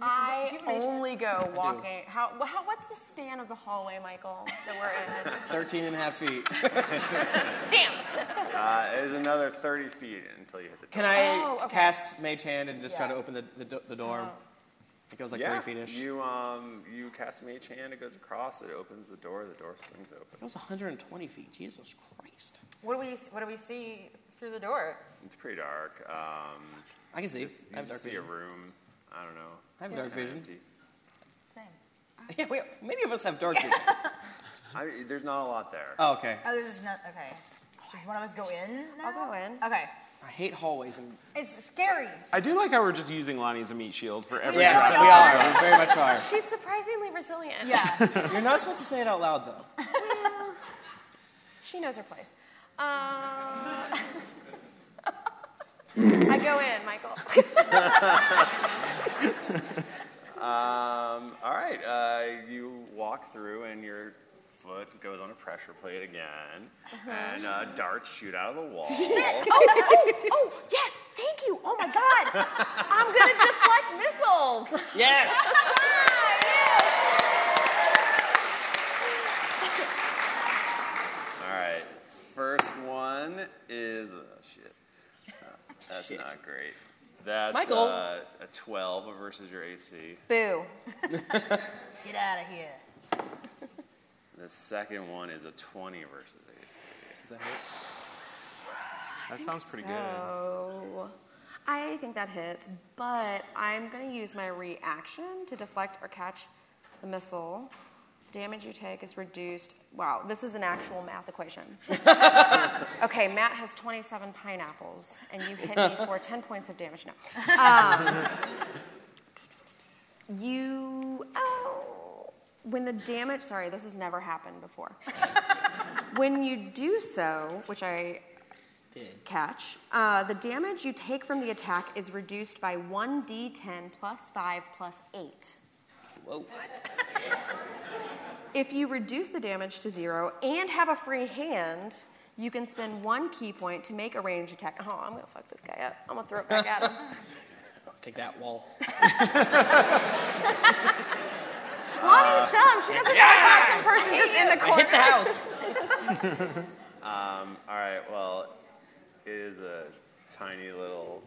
Speaker 9: I
Speaker 2: Give me-
Speaker 9: only go walking. How, wh- how? What's the span of the hallway, Michael, that we're in?
Speaker 2: 13 and a half feet.
Speaker 9: Damn.
Speaker 1: Uh, it is another 30 feet until you hit the door.
Speaker 2: Can I
Speaker 9: Oh,
Speaker 2: cast Mage Hand and just try to open the, the, do- the door? It goes like
Speaker 1: yeah.
Speaker 2: 30 feet ish.
Speaker 1: You um you cast mage hand. It goes across. It opens the door. The door swings
Speaker 2: That
Speaker 1: open.
Speaker 2: was 120 feet. Jesus Christ.
Speaker 7: What do we What do we see through the door?
Speaker 1: It's pretty dark. Um,
Speaker 2: I can see.
Speaker 1: You, s-
Speaker 2: I have
Speaker 1: you
Speaker 2: dark
Speaker 1: see
Speaker 2: vision.
Speaker 1: a room. I don't know.
Speaker 2: I have
Speaker 1: It's
Speaker 2: dark
Speaker 1: kinda
Speaker 2: vision.
Speaker 1: empty.
Speaker 7: Same.
Speaker 2: Yeah, we, many of us have dark vision.
Speaker 1: I, there's not a lot there.
Speaker 2: Oh, okay.
Speaker 7: Oh, there's just not. Okay. Should one of us go in? Now? I'll go
Speaker 9: in.
Speaker 7: Okay.
Speaker 2: I hate hallways. And
Speaker 7: It's scary.
Speaker 8: I do like how we're just using Lonnie as a meat shield for every
Speaker 2: Yes,
Speaker 8: drop.
Speaker 2: we are. We very much are.
Speaker 9: She's surprisingly resilient.
Speaker 2: You're not supposed to say it out loud, though.
Speaker 9: She knows her place. Uh, I go in, Michael.
Speaker 1: Um, all right, uh, you walk through and your foot goes on a pressure plate again,
Speaker 9: Uh-huh.
Speaker 1: and uh, darts shoot out of the wall.
Speaker 9: oh, oh, oh, yes, thank you. Oh my God. I'm going to deflect missiles.
Speaker 2: Yes.
Speaker 1: all right, first one is oh shit. Uh, that's
Speaker 2: Shit.
Speaker 1: not great. That's
Speaker 2: Michael.
Speaker 1: Uh, a 12 versus your AC.
Speaker 9: Boo.
Speaker 7: Get out of here.
Speaker 1: The second one is a 20 versus AC.
Speaker 2: Does that hit?
Speaker 8: That sounds pretty good.
Speaker 9: So I think that hits, but I'm going to use my reaction to deflect or catch the missile. Damage you take is reduced. Wow, this is an actual math equation. okay, Matt has 27 pineapples, and you hit me for 10 points of damage. No. Um, you. Oh, when the damage. Sorry, this has never happened before. when you do so, which I
Speaker 2: Did.
Speaker 9: catch, uh, the damage you take from the attack is reduced by 1d10 plus 5 plus 8.
Speaker 2: Whoa.
Speaker 9: If you reduce the damage to zero and have a free hand, you can spend one key point to make a range attack. Oh, I'm gonna fuck this guy up. I'm gonna throw it back at him.
Speaker 2: Take that wall. Uh,
Speaker 9: Lonnie's dumb. She doesn't
Speaker 6: yeah!
Speaker 9: have a person just in the
Speaker 6: I
Speaker 9: corner.
Speaker 6: hit the house.
Speaker 1: Um, all right, well, it is a tiny little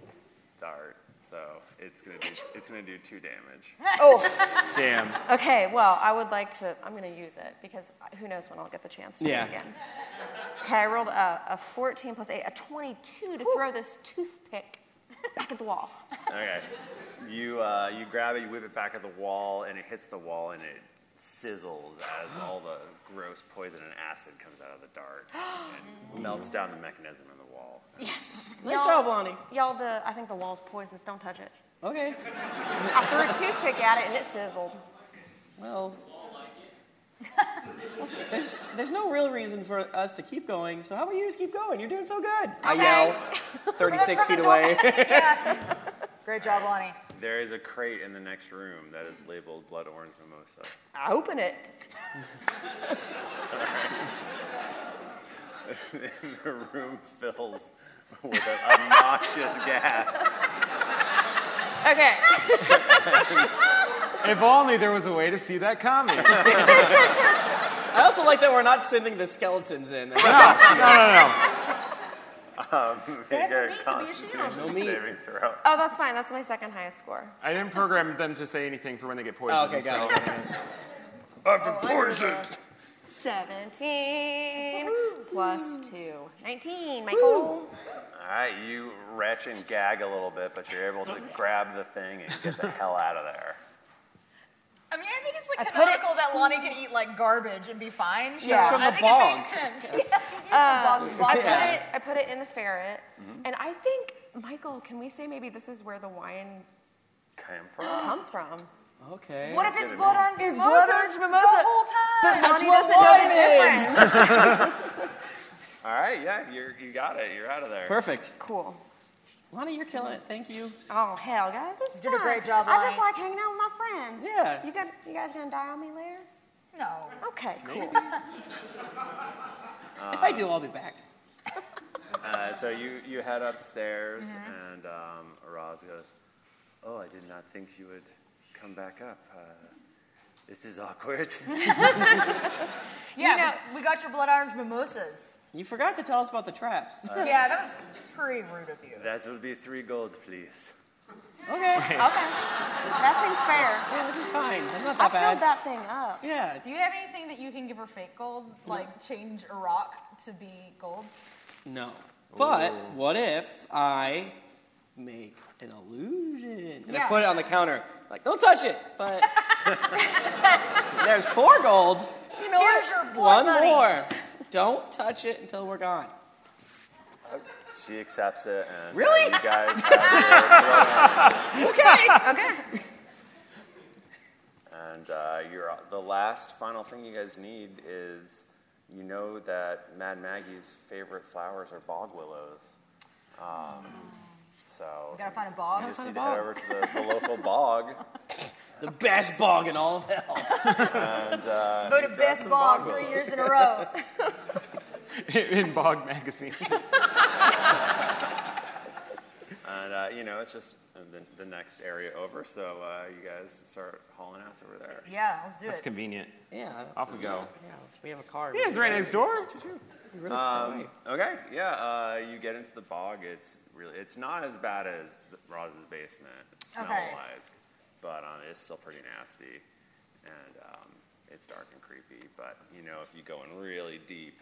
Speaker 1: dart, so it's gonna do, it's gonna do two damage.
Speaker 9: Oh.
Speaker 1: Damn.
Speaker 9: Okay, well, I would like to. I'm gonna use it because who knows when I'll get the chance to do
Speaker 1: Yeah.
Speaker 9: it again. Okay, I rolled a, a 14 plus 8, a 22 to throw this toothpick back at the wall.
Speaker 1: Okay. You uh, you grab it, you whip it back at the wall, and it hits the wall, and it sizzles as all the gross poison and acid comes out of the dart and melts down the mechanism in the wall.
Speaker 9: Yes.
Speaker 1: Nice job,
Speaker 9: Lonnie. Y'all, the I think the wall's poisonous. Don't touch it.
Speaker 2: Okay.
Speaker 9: I threw a toothpick at it and it sizzled.
Speaker 2: Well. There's, there's no real reason for us to keep going, so how about you just keep going? You're doing so good. I yell 36 feet away.
Speaker 7: Great job, Lonnie.
Speaker 1: There is a crate in the next room that is labeled blood orange mimosa.
Speaker 9: I open it.
Speaker 1: the room fills with an obnoxious gas.
Speaker 9: Okay.
Speaker 8: If only there was a way to see that coming. no,
Speaker 2: I also like that we're not sending the skeletons in.
Speaker 8: no,
Speaker 1: Um, make a
Speaker 2: No
Speaker 1: constitution
Speaker 2: meat.
Speaker 1: saving throw.
Speaker 9: Oh, that's fine. That's my second highest score.
Speaker 8: I didn't program them to say anything for when they get poisoned.
Speaker 2: Oh, okay,
Speaker 8: so.
Speaker 2: got
Speaker 8: I've been poisoned.
Speaker 9: 17 plus 2. 19, Michael.
Speaker 1: All right, you retch and gag a little bit, but you're able to grab the thing and get the hell out of there.
Speaker 7: I mean, I think it's like canonical that Lonnie can eat like garbage and be fine.
Speaker 1: She's
Speaker 7: so
Speaker 1: from
Speaker 7: I
Speaker 1: the
Speaker 7: think
Speaker 1: bog.
Speaker 7: It makes sense. yeah, she's used
Speaker 9: Um,
Speaker 7: to bog
Speaker 9: I,
Speaker 7: vodka.
Speaker 9: put it, I put it in the ferret. And I think, Michael, can we say maybe this is where the wine
Speaker 1: Came from.
Speaker 9: comes from?
Speaker 2: Okay.
Speaker 7: What if it's blood orange
Speaker 9: It's
Speaker 7: mimosa?
Speaker 9: blood orange mimosa.
Speaker 7: The whole time.
Speaker 9: But That's Lonnie what doesn't know the wine is. difference.
Speaker 1: All right, yeah, you're, you got it. You're out of there.
Speaker 2: Perfect.
Speaker 9: Cool.
Speaker 2: Lonnie, you're killing it. Thank you.
Speaker 9: Oh, hell, guys. This is
Speaker 7: You did a
Speaker 9: fun.
Speaker 7: great job,
Speaker 9: I just
Speaker 7: Lonnie.
Speaker 9: like hanging out with my friends.
Speaker 7: Yeah.
Speaker 9: You, got, you guys going to die on me later?
Speaker 7: No.
Speaker 9: Okay, cool.
Speaker 2: If I do, I'll be back.
Speaker 1: Um, Uh, so you, you head upstairs,
Speaker 7: Mm-hmm.
Speaker 1: and um, Araz goes, Oh, I did not think you would come back up. Uh, this is awkward.
Speaker 7: Yeah, we- we got your blood orange mimosas.
Speaker 2: You forgot to tell us about the traps.
Speaker 7: yeah, that was pretty rude of you.
Speaker 1: that will be three gold, please.
Speaker 2: Okay.
Speaker 9: Okay. That seems fair.
Speaker 2: Yeah, this is fine. That's not
Speaker 9: I
Speaker 2: that bad.
Speaker 9: filled that thing up.
Speaker 2: Yeah.
Speaker 7: Do you have anything that you can give her fake gold? Like change a rock to be gold?
Speaker 2: No. But what if I make an illusion and I
Speaker 7: Yeah.
Speaker 2: put it on the counter? Like, don't touch it. But there's four gold. You know
Speaker 7: Here's
Speaker 2: what?
Speaker 7: your blood
Speaker 2: One
Speaker 7: money.
Speaker 2: more. Don't touch it until we're gone.
Speaker 1: She accepts it, and
Speaker 2: Really?
Speaker 1: you guys have your
Speaker 2: Okay.
Speaker 9: okay.
Speaker 1: And uh, you're, the last final thing you guys need is you know that Mad Maggie's favorite flowers are bog willows. Um, so
Speaker 7: We gotta find a bog.
Speaker 1: you just
Speaker 7: Gotta
Speaker 1: need
Speaker 7: find
Speaker 1: to
Speaker 7: a bog.
Speaker 1: head over to the, the local bog.
Speaker 2: The best bog in all of hell.
Speaker 1: And, uh, you
Speaker 7: Voted
Speaker 1: grab
Speaker 7: best
Speaker 1: some
Speaker 7: bog
Speaker 1: willows.
Speaker 7: three years in a row.
Speaker 8: in Bog magazine.
Speaker 1: And uh, you know it's just the, the next area over, so uh, you guys start hauling ass over there.
Speaker 7: Yeah, let's do
Speaker 8: That's
Speaker 7: it.
Speaker 8: convenient.
Speaker 2: Yeah.
Speaker 8: Off we go.
Speaker 2: Yeah, we have a car.
Speaker 8: Yeah, it's right next door.
Speaker 2: We're really far away.
Speaker 1: Um, okay, yeah, uh, you get into the bog. It's really, it's not as bad as the- Roz's basement, smell
Speaker 7: Okay.
Speaker 1: wise, but um, it's still pretty nasty, and um, it's dark and creepy. But you know, if you go in really deep,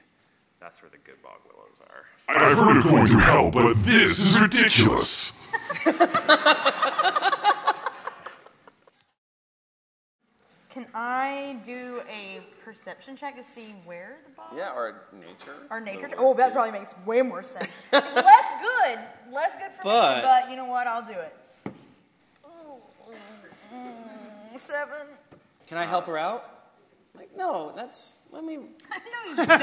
Speaker 1: that's where the good bog willows are.
Speaker 3: I've heard of going through hell, but this is ridiculous.
Speaker 7: Can I do a perception check to see where the bomb?
Speaker 1: Yeah, or nature.
Speaker 7: Or nature?
Speaker 1: Little
Speaker 7: Oh, that
Speaker 1: bit.
Speaker 7: probably makes way more sense. It's less good, less good for me.
Speaker 1: But-
Speaker 7: But you know what? I'll do it. Ooh, mm, Seven.
Speaker 2: Can I help her out?
Speaker 15: Like, no, that's. Let me.
Speaker 7: no, you
Speaker 2: don't.
Speaker 7: You
Speaker 2: I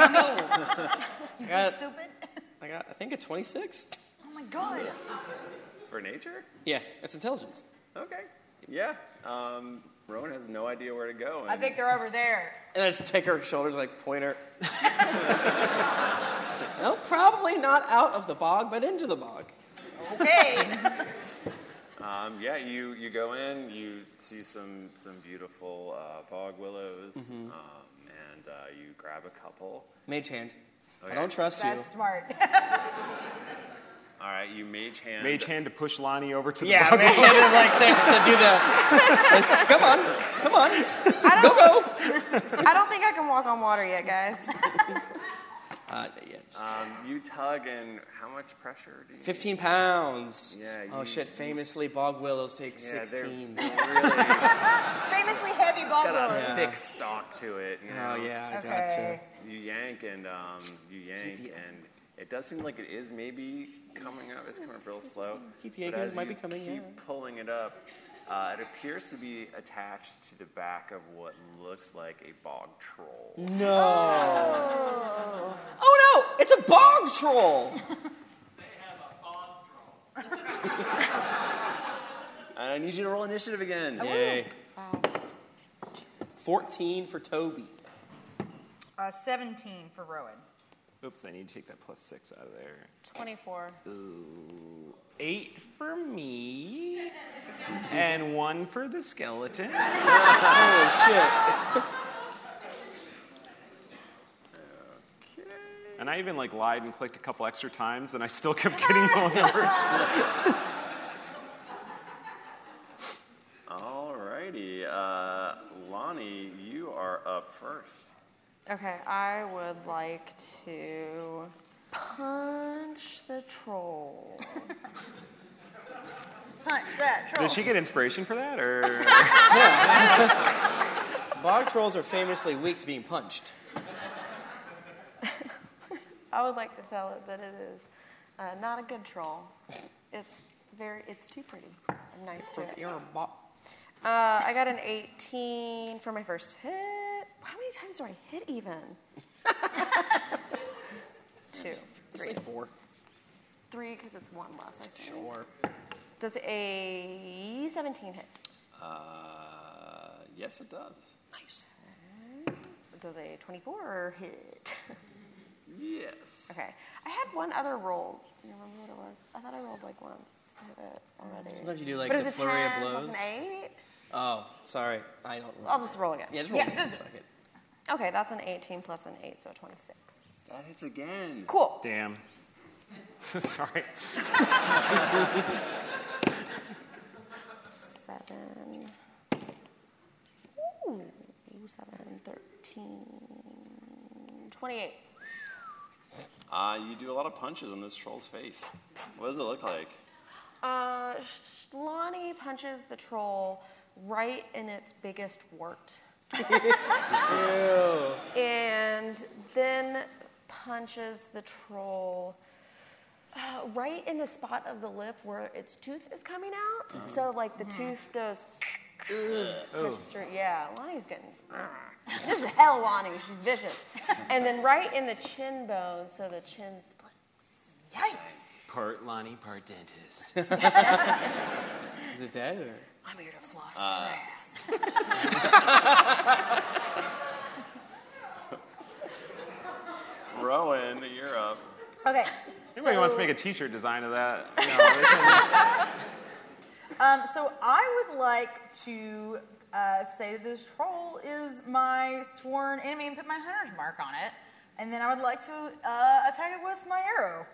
Speaker 7: got,
Speaker 2: got,
Speaker 7: stupid.
Speaker 2: I got, I think, a 26.
Speaker 7: Oh my god.
Speaker 1: For nature?
Speaker 2: Yeah, that's intelligence.
Speaker 1: Okay. Yeah. Um, Rowan has no idea where to go. And
Speaker 7: I think they're over there.
Speaker 2: And I just take her shoulders, like point her. no, probably not out of the bog, but into the bog.
Speaker 7: Okay.
Speaker 1: Um, yeah, you, you go in, you see some, some beautiful uh, bog willows,
Speaker 2: Mhm.
Speaker 1: um, and uh, you grab a couple.
Speaker 2: Mage hand.
Speaker 1: Okay.
Speaker 2: I don't trust you.
Speaker 7: That's smart.
Speaker 1: All right, you mage hand.
Speaker 8: Mage hand to push Lonnie over to the
Speaker 2: Yeah,
Speaker 8: bug.
Speaker 2: mage hand to, like, say- to do the- like, come on, come on. Go, go.
Speaker 9: I don't think I can walk on water yet, guys.
Speaker 2: Uh, yeah,
Speaker 1: Um, you tug, and how much pressure do you
Speaker 2: 15 pounds.
Speaker 1: Yeah,
Speaker 2: oh,
Speaker 1: you-
Speaker 2: shit. Famously, bog willows take
Speaker 1: Yeah, they're
Speaker 2: 16.
Speaker 7: Famously heavy
Speaker 1: It's
Speaker 7: bubble.
Speaker 1: got a
Speaker 2: Yeah.
Speaker 1: thick stalk to it. You know?
Speaker 2: Oh, yeah, I
Speaker 7: Okay.
Speaker 1: You yank and um, you yank and it does seem like it is maybe coming up. It's coming up real slow.
Speaker 2: keep
Speaker 1: But
Speaker 2: yanking, it
Speaker 1: as
Speaker 2: might be
Speaker 1: you
Speaker 2: coming,
Speaker 1: Keep
Speaker 2: yeah.
Speaker 1: pulling it up. Uh, it appears to be attached to the back of what looks like a bog troll.
Speaker 2: No. Oh, no. It's a bog troll.
Speaker 1: And I need you to roll initiative again.
Speaker 2: Yay. 14 for Toby.
Speaker 7: Uh, 17 for Rowan.
Speaker 8: Oops, I need to take that plus six out of there.
Speaker 9: 24.
Speaker 8: Ooh, eight for me, and one for the skeleton.
Speaker 2: oh shit!
Speaker 8: And I even like lied and clicked a couple extra times, and I still kept getting the number.
Speaker 1: Alrighty, uh, Lonnie, you are up first.
Speaker 9: Okay, I would like to punch the troll.
Speaker 7: Punch that troll.
Speaker 8: Did she get inspiration for that, or?
Speaker 2: Bog trolls are famously weak to being punched.
Speaker 9: I would like to tell it that it is uh, not a good troll. It's very, it's too pretty. I'm nice to it.
Speaker 2: You're a bog.
Speaker 9: Uh, I got an 18 for my first hit. How many times do I hit even? Two,
Speaker 2: Say four.
Speaker 9: three, because it's one less. I think.
Speaker 2: Sure.
Speaker 9: Does a 17 hit?
Speaker 1: Uh, yes, it does.
Speaker 2: Nice.
Speaker 9: Does a 24 hit?
Speaker 1: Yes.
Speaker 9: Okay. I had one other roll. Can you remember what it was? I thought I rolled like once. to hit it already.
Speaker 2: Sometimes you do, like,
Speaker 9: But it
Speaker 2: the
Speaker 9: was a
Speaker 2: flurry of
Speaker 9: 10 plus
Speaker 2: blows.
Speaker 9: An eight.
Speaker 2: Oh, sorry. I don't.
Speaker 9: I'll just roll again.
Speaker 2: Yeah, just roll.
Speaker 9: Yeah, just do
Speaker 2: Fuck it.
Speaker 9: Okay, that's an 18 plus an 8, so a 26.
Speaker 1: That hits again.
Speaker 9: Cool.
Speaker 8: Damn. Sorry.
Speaker 9: Seven. Ooh, seven, 13, 28.
Speaker 1: Uh, you do a lot of punches on this troll's face. What does it look like?
Speaker 9: Uh, Sh- Lonnie punches the troll right in its biggest wart. and then punches the troll uh, right in the spot of the lip where its tooth is coming out. So, like, the tooth goes. punches through. Yeah, Lonnie's getting. this is hell, Lonnie. She's vicious. and then right in the chin bone, so the chin splits. Yikes!
Speaker 8: Part Lonnie, part dentist.
Speaker 2: Is it dead or?
Speaker 9: I'm here to floss
Speaker 2: Uh,
Speaker 9: your ass.
Speaker 1: Rowan, you're up.
Speaker 7: Okay.
Speaker 8: Anybody wants to
Speaker 7: so-
Speaker 8: make a T-shirt design of that? You know, they can just-
Speaker 7: Um, so I would like to uh, say that this troll is my sworn enemy and put my hunter's mark on it. And then I would like to uh, attack it with my arrow.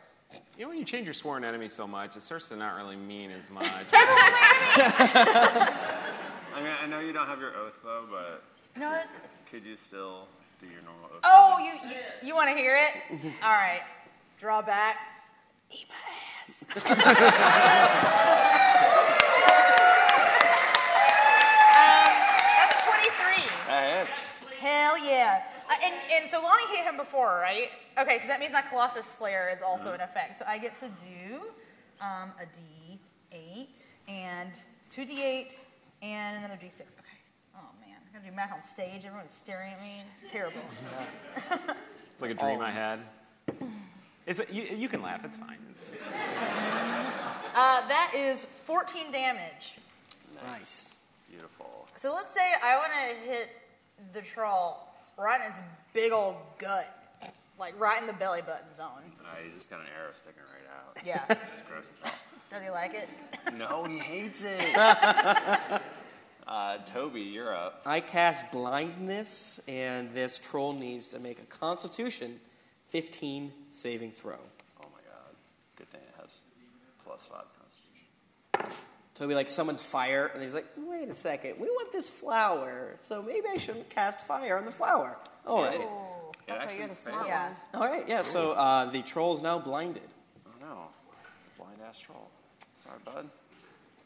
Speaker 8: you know, when you change your sworn enemy so much, it starts to not really mean as much.
Speaker 1: I mean, I know you don't have your oath bow, but
Speaker 7: No, it's.
Speaker 1: could you still do your normal oath?
Speaker 7: Oh, you you, you want to hear it? All right. Draw back. Eat my ass. um, that's 23. Uh, and, and so Lonnie hit him before, right? Okay, so that means my Colossus Slayer is also in effect. So I get to do um, a D8 and two D8 and another D6. Okay. Oh man, I'm gonna do math on stage. Everyone's staring at me. It's terrible.
Speaker 8: It's like a dream I had. It's you, you can laugh. It's fine.
Speaker 7: Uh, that is 14 damage.
Speaker 8: Nice. Beautiful.
Speaker 7: So let's say I want to hit the troll right in its big old gut, like right in the belly button zone.
Speaker 1: Uh, he's just got an arrow sticking right out.
Speaker 7: Yeah.
Speaker 1: it's gross as hell.
Speaker 7: Does he like it?
Speaker 1: No, he hates it.
Speaker 15: Uh, Toby, you're up.
Speaker 2: I cast blindness, and this troll needs to make a Constitution 15 saving throw.
Speaker 1: Oh my god. Good thing it has plus five constitution.
Speaker 2: Toby like summons fire, and he's like, "Wait a second, we want this flower, so maybe I shouldn't cast fire on the flower." All right.
Speaker 6: That's why
Speaker 1: actually
Speaker 6: you're the smart
Speaker 1: fails.
Speaker 6: one.
Speaker 2: All right. Yeah. So uh, the troll is now blinded.
Speaker 1: Oh no. It's a blind ass troll. Sorry, bud.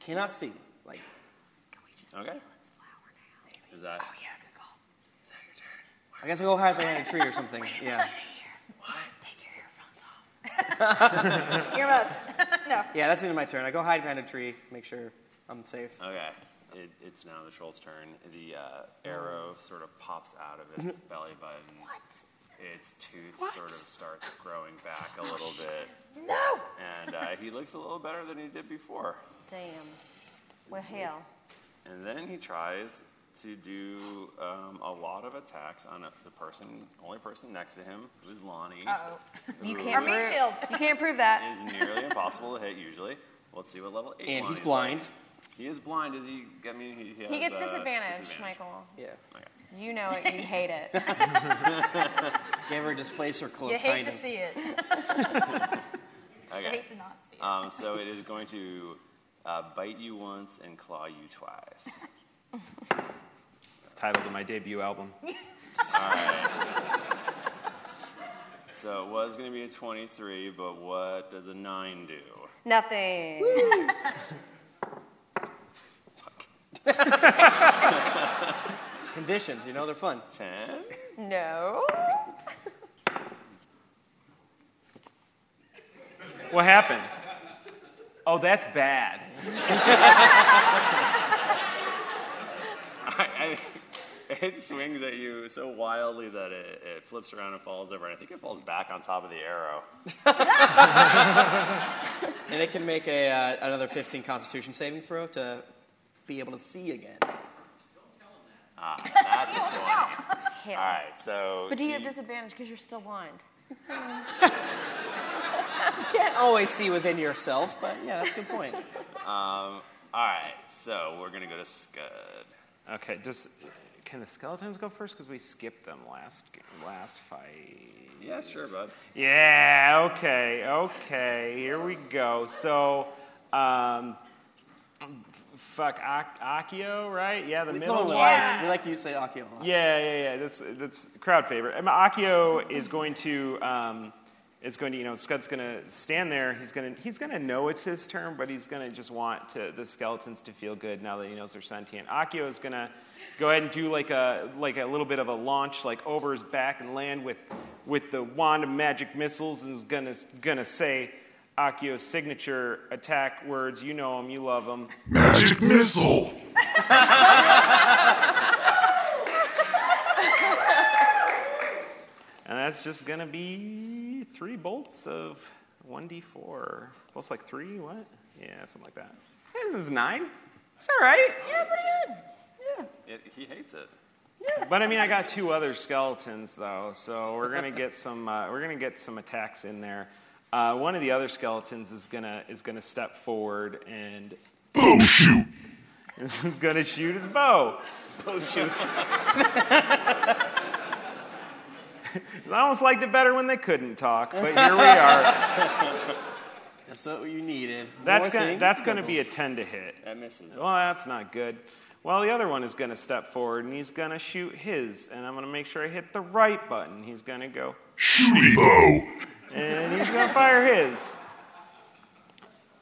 Speaker 2: Cannot see. Like.
Speaker 1: okay. Is that? Oh yeah, good call.
Speaker 14: Is that your turn?
Speaker 2: I guess we go hide behind a tree or something. Yeah.
Speaker 7: Earmuffs. no.
Speaker 2: Yeah. That's the end of my turn. I go hide behind a tree, make sure I'm safe.
Speaker 1: Okay. It, it's now the troll's turn. The uh, arrow sort of pops out of its belly button. What? Its tooth sort of starts growing back a little bit.
Speaker 7: No!
Speaker 1: And uh, he looks a little better than he did before.
Speaker 9: Damn. Well, hell.
Speaker 1: And then he tries to do um, a lot of attacks on a, the person, only person next to him, who is Lonnie.
Speaker 9: Uh-oh. You
Speaker 1: who
Speaker 9: can't prove- You can't prove that.
Speaker 1: Is nearly impossible to hit usually. Let's see what level eight.
Speaker 2: And he's
Speaker 1: Lonnie's
Speaker 2: blind.
Speaker 1: like. He is blind. Is he? I mean, he, he, has,
Speaker 9: He gets
Speaker 1: uh,
Speaker 9: disadvantage,
Speaker 1: disadvantage.
Speaker 9: Michael.
Speaker 2: Yeah.
Speaker 9: You know it. You hate it.
Speaker 2: Give her a displacer cloak.
Speaker 7: You
Speaker 2: kind
Speaker 7: hate to
Speaker 2: of.
Speaker 7: see it.
Speaker 1: Okay.
Speaker 7: I hate to not see
Speaker 1: Um, so it is going to uh, bite you once and claw you twice.
Speaker 8: It's titled of my debut album.
Speaker 1: All right. So it was going to be a 23, but what does a 9 do?
Speaker 9: Nothing.
Speaker 2: Conditions, you know, they're fun.
Speaker 1: Ten.
Speaker 9: no.
Speaker 8: What happened? Oh, that's bad.
Speaker 1: I, I, it swings at you so wildly that it, it flips around and falls over, and I think it falls back on top of the arrow.
Speaker 2: And it can make a uh, another 15 Constitution saving throw to be able to see again.
Speaker 1: Ah, that's a 20. All right, so.
Speaker 9: But do you have
Speaker 1: he-
Speaker 9: disadvantage because you're still blind?
Speaker 2: You can't always see within yourself, but yeah, that's a good point.
Speaker 1: um, all right, so we're going to go to Scud.
Speaker 8: Okay, just can the skeletons go first? Because we skipped them last g- last fight.
Speaker 1: Yeah, sure, bud.
Speaker 8: Yeah. Okay. Okay. Here we go. So, um, f- fuck Ak- Akio, right? Yeah, the
Speaker 2: we
Speaker 8: middle
Speaker 2: totally
Speaker 8: one.
Speaker 2: like, we like you to say Akio a lot.
Speaker 8: Yeah, yeah, yeah. That's that's crowd favorite. And Akio is going to um, is going to you know Scud's going to stand there. He's going to he's going to know it's his turn, but he's going to just want to the skeletons to feel good now that he knows they're sentient. Akio is going to go ahead and do like a like a little bit of a launch like over his back and land with with the wand of magic missiles and is going to going to say. Akio's signature attack words, you know him, you love him.
Speaker 3: Magic missile!
Speaker 8: And that's just gonna be three bolts of 1d4. Plus like three, what? Yeah, something like that. Hey, This is nine. It's all right.
Speaker 7: Yeah, pretty
Speaker 1: It, he hates it.
Speaker 8: But I mean, I got two other skeletons though, so we're gonna get some uh, we're gonna get some attacks in there. Uh, one of the other skeletons is gonna is gonna step forward and
Speaker 3: bow shoot.
Speaker 8: is gonna shoot his bow.
Speaker 1: Bow shoot.
Speaker 8: I almost liked it better when they couldn't talk, but here we are.
Speaker 2: That's what you needed.
Speaker 8: That's
Speaker 2: More
Speaker 8: gonna
Speaker 2: things,
Speaker 8: that's gonna
Speaker 2: double.
Speaker 8: be a ten to hit.
Speaker 1: That misses.
Speaker 8: Well, that's not good. Well, the other one is going to step forward and he's going to shoot his, and I'm going to make sure I hit the right button. He's going to go,
Speaker 3: Shooty bow.
Speaker 8: and he's going to fire his.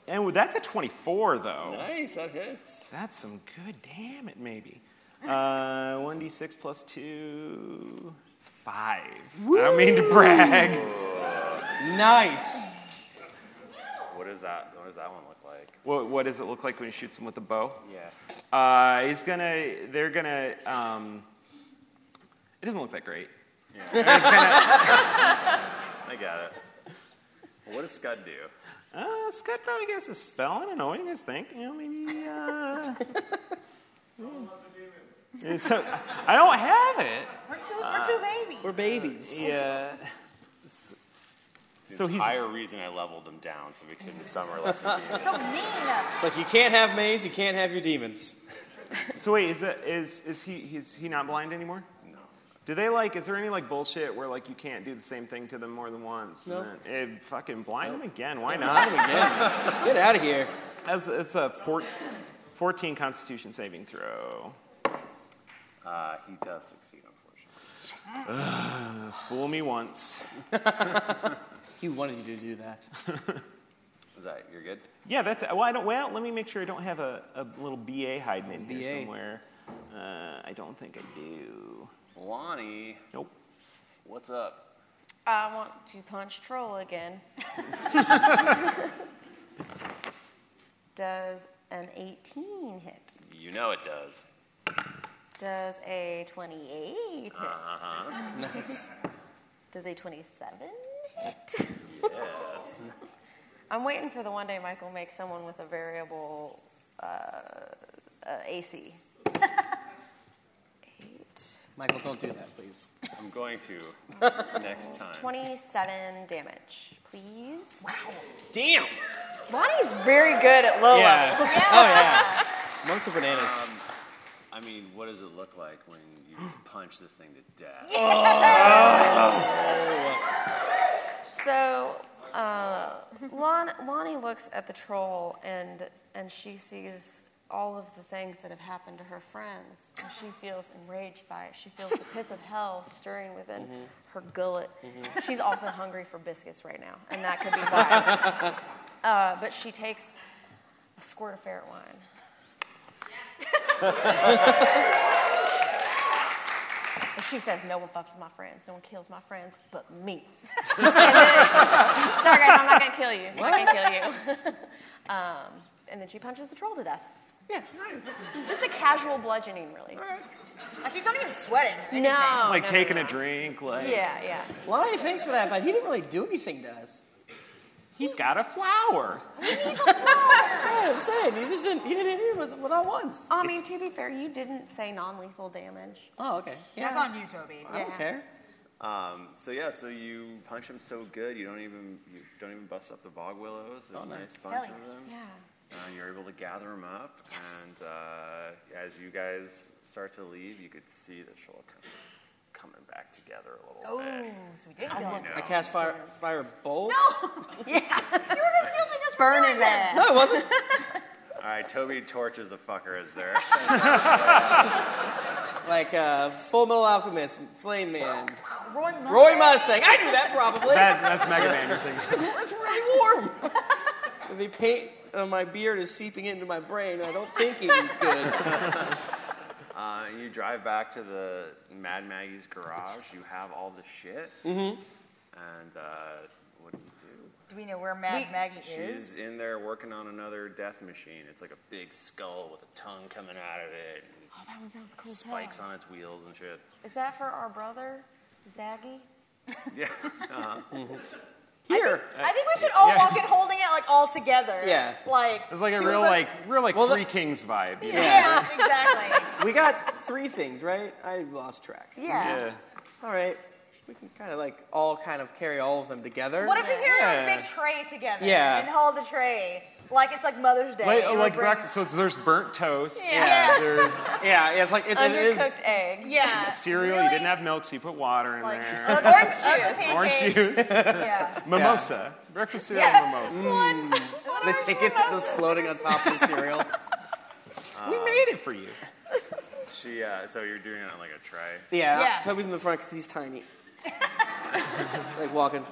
Speaker 8: And with- that's a 24, though.
Speaker 1: Nice, that hits.
Speaker 8: That's some good damn it, maybe. Uh, 1d6 plus 2, five. I don't mean to brag.
Speaker 2: Nice.
Speaker 1: What is that? What does that one look like?
Speaker 8: What, what does it look like when he shoots him with a bow?
Speaker 1: Yeah.
Speaker 8: Uh, he's gonna. They're gonna. Um, it doesn't look that great.
Speaker 1: I got it. Well, what does Scud do?
Speaker 8: Uh, Scott probably gets a spell. I don't know. What do you guys think? You know, maybe. Uh, yeah, so- I don't have it. Uh,
Speaker 7: We're two, we're two
Speaker 1: Ah.
Speaker 7: babies.
Speaker 2: We're babies.
Speaker 8: Yeah.
Speaker 1: The
Speaker 2: So he's-
Speaker 1: entire reason I leveled them down so we couldn't summer lesson demons.
Speaker 7: So mean.
Speaker 2: It's like you can't have maze, you can't have your demons.
Speaker 8: So wait, is it is is he is he not blind anymore? No. Do they like? Is there any like bullshit where like you can't do the same thing to them more than once?
Speaker 2: No.
Speaker 8: And then, eh, fucking blind them again. Why
Speaker 2: Yeah,
Speaker 8: not?
Speaker 2: blind 'em again. Get outta here.
Speaker 8: That's it's a four, 14 Constitution saving throw.
Speaker 1: Uh, he does succeed, unfortunately.
Speaker 8: Ugh, fool me once.
Speaker 2: he wanted you to do that.
Speaker 1: Is that you're good?
Speaker 8: Yeah, that's well. I don't. Well, let me make sure I don't have a, a little BA hiding in here
Speaker 1: BA.
Speaker 8: somewhere. Uh, I don't think I do.
Speaker 1: Lonnie.
Speaker 8: Nope.
Speaker 1: What's up?
Speaker 9: I want to punch troll again. Does an 18 hit?
Speaker 1: You know it does.
Speaker 9: Does a 28 hit?
Speaker 1: Uh-huh.
Speaker 2: Nice.
Speaker 9: Does a 27 hit?
Speaker 1: Yes.
Speaker 9: I'm waiting for the one day Michael makes someone with a variable uh, uh, AC.
Speaker 2: Michael, don't do that, please.
Speaker 1: I'm going to next time.
Speaker 9: 27 damage, please. Wow.
Speaker 2: Damn.
Speaker 9: Ronnie's very good at low
Speaker 2: Yeah.
Speaker 9: levels.
Speaker 2: Oh, yeah. Monks of bananas.
Speaker 1: Um, I mean, what does it look like when you just punch this thing to death?
Speaker 7: Oh.
Speaker 2: Oh.
Speaker 9: So uh, Lon, Lonnie looks at the troll and and she sees all of the things that have happened to her friends, and she feels enraged by it. She feels the pits of hell stirring within
Speaker 7: Mhm.
Speaker 9: her gullet.
Speaker 7: Mhm.
Speaker 9: She's also hungry for biscuits right now, and that could be why. uh, but she takes a squirt of ferret wine. And she says, No one fucks with my friends. No one kills my friends but me. And then- Sorry, guys, I'm not going to kill you. I'm not going to kill you. um, and then she punches the troll to death.
Speaker 2: Yeah,
Speaker 9: nice. Just a casual bludgeoning, really.
Speaker 7: Oh, she's not even sweating. or anything.
Speaker 9: Oh, No.
Speaker 8: like
Speaker 9: no, no,
Speaker 8: taking
Speaker 9: no.
Speaker 8: a drink. Like
Speaker 9: Yeah, yeah.
Speaker 2: Lonnie, thanks for that, but he didn't really do anything to us.
Speaker 8: He's got a flower.
Speaker 2: Yeah, I'm saying he just didn't. He didn't hit me with with not once.
Speaker 9: I mean, to be fair, you didn't say non lethal damage.
Speaker 2: Oh, okay.
Speaker 7: That's on you, Toby.
Speaker 9: I don't Yeah. care.
Speaker 1: Um, so yeah, so you punch them so good you don't even you don't even bust up the bog willows. There's
Speaker 2: Oh,
Speaker 1: a nice
Speaker 2: nice.
Speaker 1: bunch
Speaker 2: Hell
Speaker 1: of
Speaker 2: yeah.
Speaker 1: them.
Speaker 9: Yeah.
Speaker 1: And you're able to gather them up, and uh, as you guys start to leave, you could see the troll kind of coming back together a little
Speaker 7: Oh,
Speaker 1: bit.
Speaker 7: so we did kill him.
Speaker 2: I cast fire fire bolt.
Speaker 9: Burn his ass.
Speaker 2: No, it wasn't.
Speaker 1: All right, Toby torches the fucker as there.
Speaker 2: like uh, Full Metal Alchemist, Flame Man,
Speaker 7: Roy Mustang.
Speaker 2: Roy Mustang. I knew that probably.
Speaker 8: That's that's Mega Man. you think.
Speaker 2: It's, it's really warm. the paint on my beard is seeping into my brain. and I don't think even good.
Speaker 1: Uh, you drive back to the Mad Maggie's garage. You have all the shit.
Speaker 2: Mhm.
Speaker 1: And uh, what do you do?
Speaker 7: Do we know where Mad Maggie is?
Speaker 1: She's in there working on another death machine. It's like a big skull with a tongue coming out of it. and
Speaker 9: Oh, that one sounds cool. as hell.
Speaker 1: spikes on its wheels and shit.
Speaker 9: Is that for our brother, Zaggy?
Speaker 1: Yeah. Uh-huh.
Speaker 2: Here.
Speaker 8: Uh,
Speaker 7: I think we should all walk in holding it like all together.
Speaker 8: Yeah.
Speaker 7: Like
Speaker 8: It's like a
Speaker 7: two
Speaker 8: real
Speaker 7: of us-
Speaker 8: like real like Three Kings vibe. You know?
Speaker 7: Yeah, exactly.
Speaker 2: we got three things, right? I lost track.
Speaker 7: Yeah.
Speaker 8: Yeah.
Speaker 2: All right. We can kind of like all kind of carry all of them together.
Speaker 7: What if we carry like, a big tray together
Speaker 2: Yeah.
Speaker 7: and hold the tray? Like it's like Mother's Day.
Speaker 8: Like,
Speaker 7: and we
Speaker 8: oh, like
Speaker 7: bring-
Speaker 8: breakfast. So it's, there's burnt toast.
Speaker 7: Yeah.
Speaker 8: There's
Speaker 2: Yeah, yeah, it's like it, it is.
Speaker 9: eggs.
Speaker 7: Yeah.
Speaker 8: cereal. You didn't have milk, so you put water in there.
Speaker 7: oh, Orange juice.
Speaker 8: Orange juice.
Speaker 7: Yeah.
Speaker 8: Mimosa. Breakfast cereal
Speaker 7: Yeah.
Speaker 8: mimosa.
Speaker 2: The tickets just floating on top of the cereal.
Speaker 8: We made it for you.
Speaker 1: She. Uh, so you're doing it on like a tray.
Speaker 2: Yeah, Toby's in the front because he's tiny. like walking.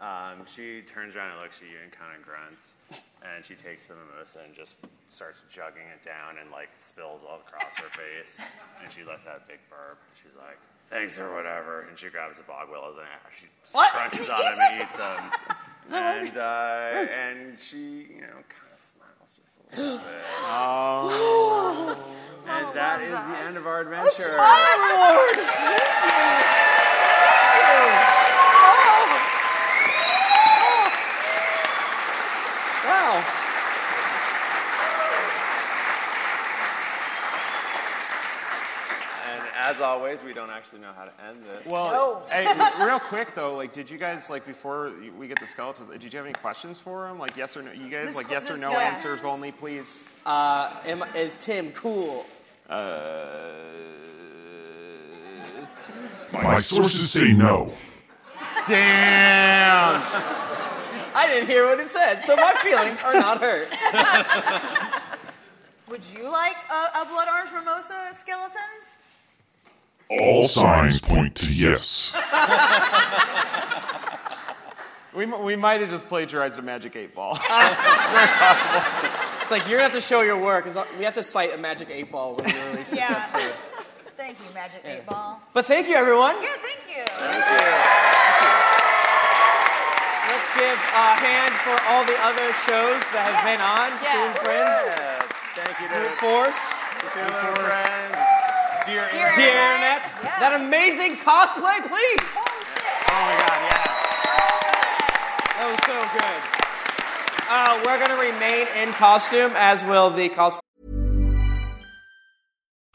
Speaker 1: Um, she turns around and looks at you and kind of grunts, and she takes the mimosa and just starts jugging it down and like spills all across her face, and she lets out a big burp. She's like, "Thanks or whatever," and she grabs the bog willows and she
Speaker 14: What?
Speaker 1: crunches on them and eats them.
Speaker 14: No, I mean-
Speaker 1: And uh,
Speaker 14: Gross.
Speaker 1: and she, you know, kind of smiles just a little
Speaker 8: uh,
Speaker 14: Oh.
Speaker 1: bit. And that is the end of our adventure.
Speaker 14: Lord!
Speaker 2: Oh. Wow.
Speaker 1: And as always, we don't actually know how to end this.
Speaker 8: Well, hey, real quick though, like, did you guys like before we get the skeleton? Did you have any questions for him? Like, yes or no? You guys
Speaker 2: This-
Speaker 8: like yes or
Speaker 2: this
Speaker 8: no
Speaker 2: guy.
Speaker 8: answers only, please.
Speaker 2: Uh, am, is Tim cool?
Speaker 1: Uh,
Speaker 3: My sources say no.
Speaker 8: Damn!
Speaker 2: I didn't hear what it said, so my feelings are not hurt.
Speaker 7: Would you like a, a blood orange mimosa skeletons?
Speaker 3: All signs point to yes.
Speaker 8: We, m- we might have just plagiarized a magic eight ball.
Speaker 2: It's like you're gonna have to show your work. It's not- We have to cite a magic eight ball when we release this
Speaker 7: Yeah.
Speaker 2: episode.
Speaker 7: Thank you, Magic Eight Ball.
Speaker 2: But thank you, everyone.
Speaker 7: Yeah, thank you.
Speaker 2: Let's give a hand for all the other shows that have been on.
Speaker 1: Yeah.
Speaker 2: Doing Friends.
Speaker 1: Yeah. Thank you to
Speaker 2: Brute Force.
Speaker 1: Brute Force. Friends. Dear
Speaker 2: Dear
Speaker 1: Internet.
Speaker 2: Internet. That amazing cosplay, please.
Speaker 1: Oh my god, yeah.
Speaker 2: That was so good. Uh, we're gonna remain in costume, as will the cosplay.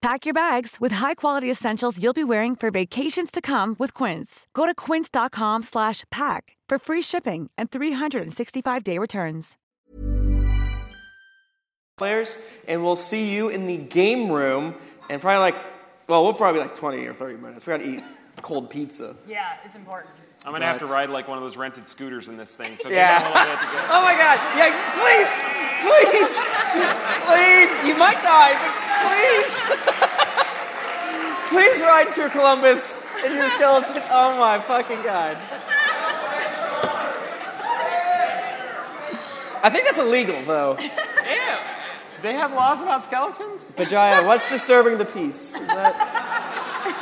Speaker 16: Pack your bags with high-quality essentials you'll be wearing for vacations to come with Quince. Go to quince.com slash pack for free shipping and 365-day returns.
Speaker 2: players, and we'll see you in the game room. And probably like, well, we'll probably like 20 or 30 minutes. We gotta eat cold pizza.
Speaker 7: Yeah, it's important.
Speaker 8: I'm gonna have to
Speaker 2: But-
Speaker 8: ride like one of those rented scooters in this thing. So
Speaker 2: Yeah.
Speaker 8: yeah. a little bit to go.
Speaker 2: Oh my God! Yeah, please, please, please. You might die, but please, please ride through Columbus in your skeleton. Oh my fucking God! I think that's illegal though.
Speaker 8: They have laws about skeletons.
Speaker 2: Vajaya, what's disturbing the peace? Is that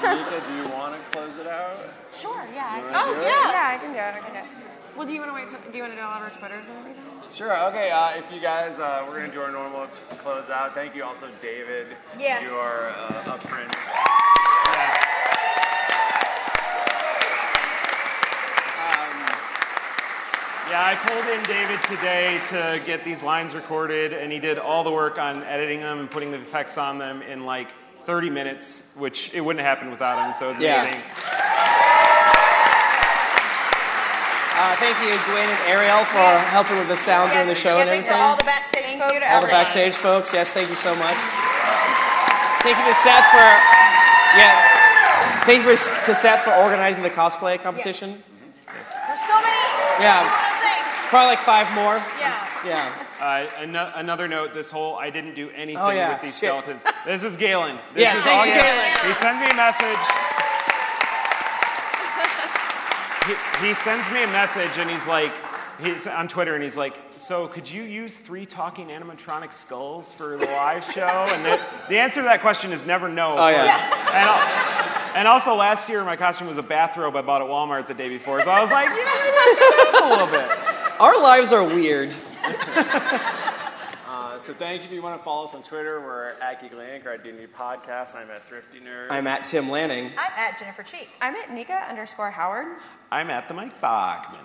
Speaker 1: Mika, do you want to close it out?
Speaker 6: Sure, yeah. I
Speaker 1: You wanna
Speaker 6: can
Speaker 2: Oh,
Speaker 1: do
Speaker 6: do
Speaker 1: it?
Speaker 6: it? Yeah, I can do it. I can do it. Well, do you want to wait? Till, do you want to do all of our Twitters and everything?
Speaker 1: Sure. Okay. Uh, if you guys, uh, we're gonna do our normal close out. Thank you, also David.
Speaker 14: Yes.
Speaker 1: You are uh, a prince.
Speaker 8: Yeah, I pulled in David today to get these lines recorded, and he did all the work on editing them and putting the effects on them in like 30 minutes, which it wouldn't happen without him. So it's
Speaker 2: Yeah.
Speaker 8: amazing.
Speaker 2: Uh, thank you, Dwayne and Ariel, for helping with the sound during the show and
Speaker 7: Thank you
Speaker 2: everything.
Speaker 7: to all the backstage folks.
Speaker 2: All the backstage folks, yes, thank you so much. Thank you to Seth for, yeah, thank you for, to Seth for organizing the cosplay competition.
Speaker 7: There's so many.
Speaker 2: Yeah, it's probably like five more.
Speaker 7: Yeah.
Speaker 2: Yeah.
Speaker 8: Uh, ano- another note: this whole I didn't do anything
Speaker 2: Oh, yeah.
Speaker 8: with these skeletons. This is Galen. This
Speaker 2: Yes,
Speaker 8: is
Speaker 2: thanks,
Speaker 8: all
Speaker 2: Galen.
Speaker 8: He sent me a message. He, he sends me a message, and he's like, he's on Twitter, and he's like, "So could you use three talking animatronic skulls for the live show?" And the, the answer to that question is never no. of
Speaker 2: Oh, yeah.
Speaker 8: course. And, al- and also, last year my costume was a bathrobe I bought at Walmart the day before, so I was like, you know, maybe I should do this a little bit.
Speaker 2: Our lives are weird.
Speaker 1: Uh, So thank you. If you want to follow us on Twitter, we're at Geek Link or at D&D Podcast, and I'm at Thrifty Nerd.
Speaker 2: I'm at Tim Lanning.
Speaker 7: I'm at Jennifer Cheek.
Speaker 9: I'm at Nika underscore Howard.
Speaker 8: I'm at the Mike Bachman.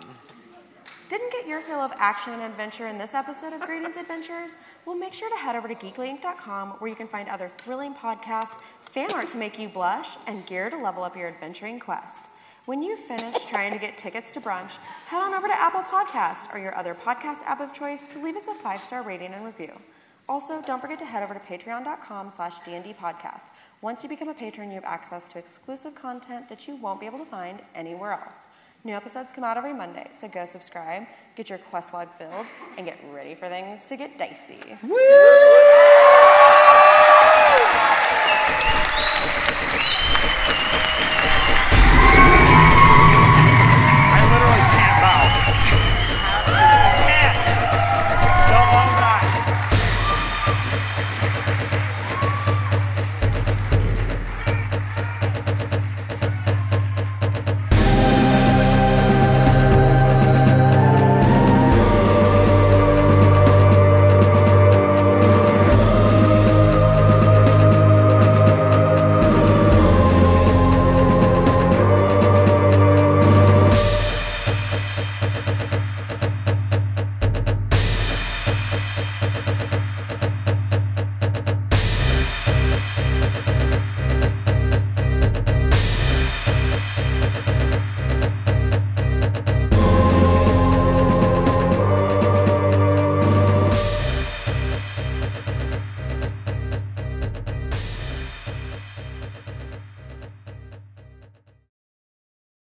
Speaker 9: Didn't get your fill of action and adventure in this episode of Greetings Adventures? Well, make sure to head over to geeklink.com where you can find other thrilling podcasts, fan art to make you blush, and gear to level up your adventuring quest. When you finish trying to get tickets to brunch, head on over to Apple Podcast or your other podcast app of choice to leave us a five-star rating and review. Also, don't forget to head over to patreon.com slash dndpodcast. Once you become a patron, you have access to exclusive content that you won't be able to find anywhere else. New episodes come out every Monday, so go subscribe, get your quest log filled, and get ready for things to get dicey.
Speaker 14: Woo!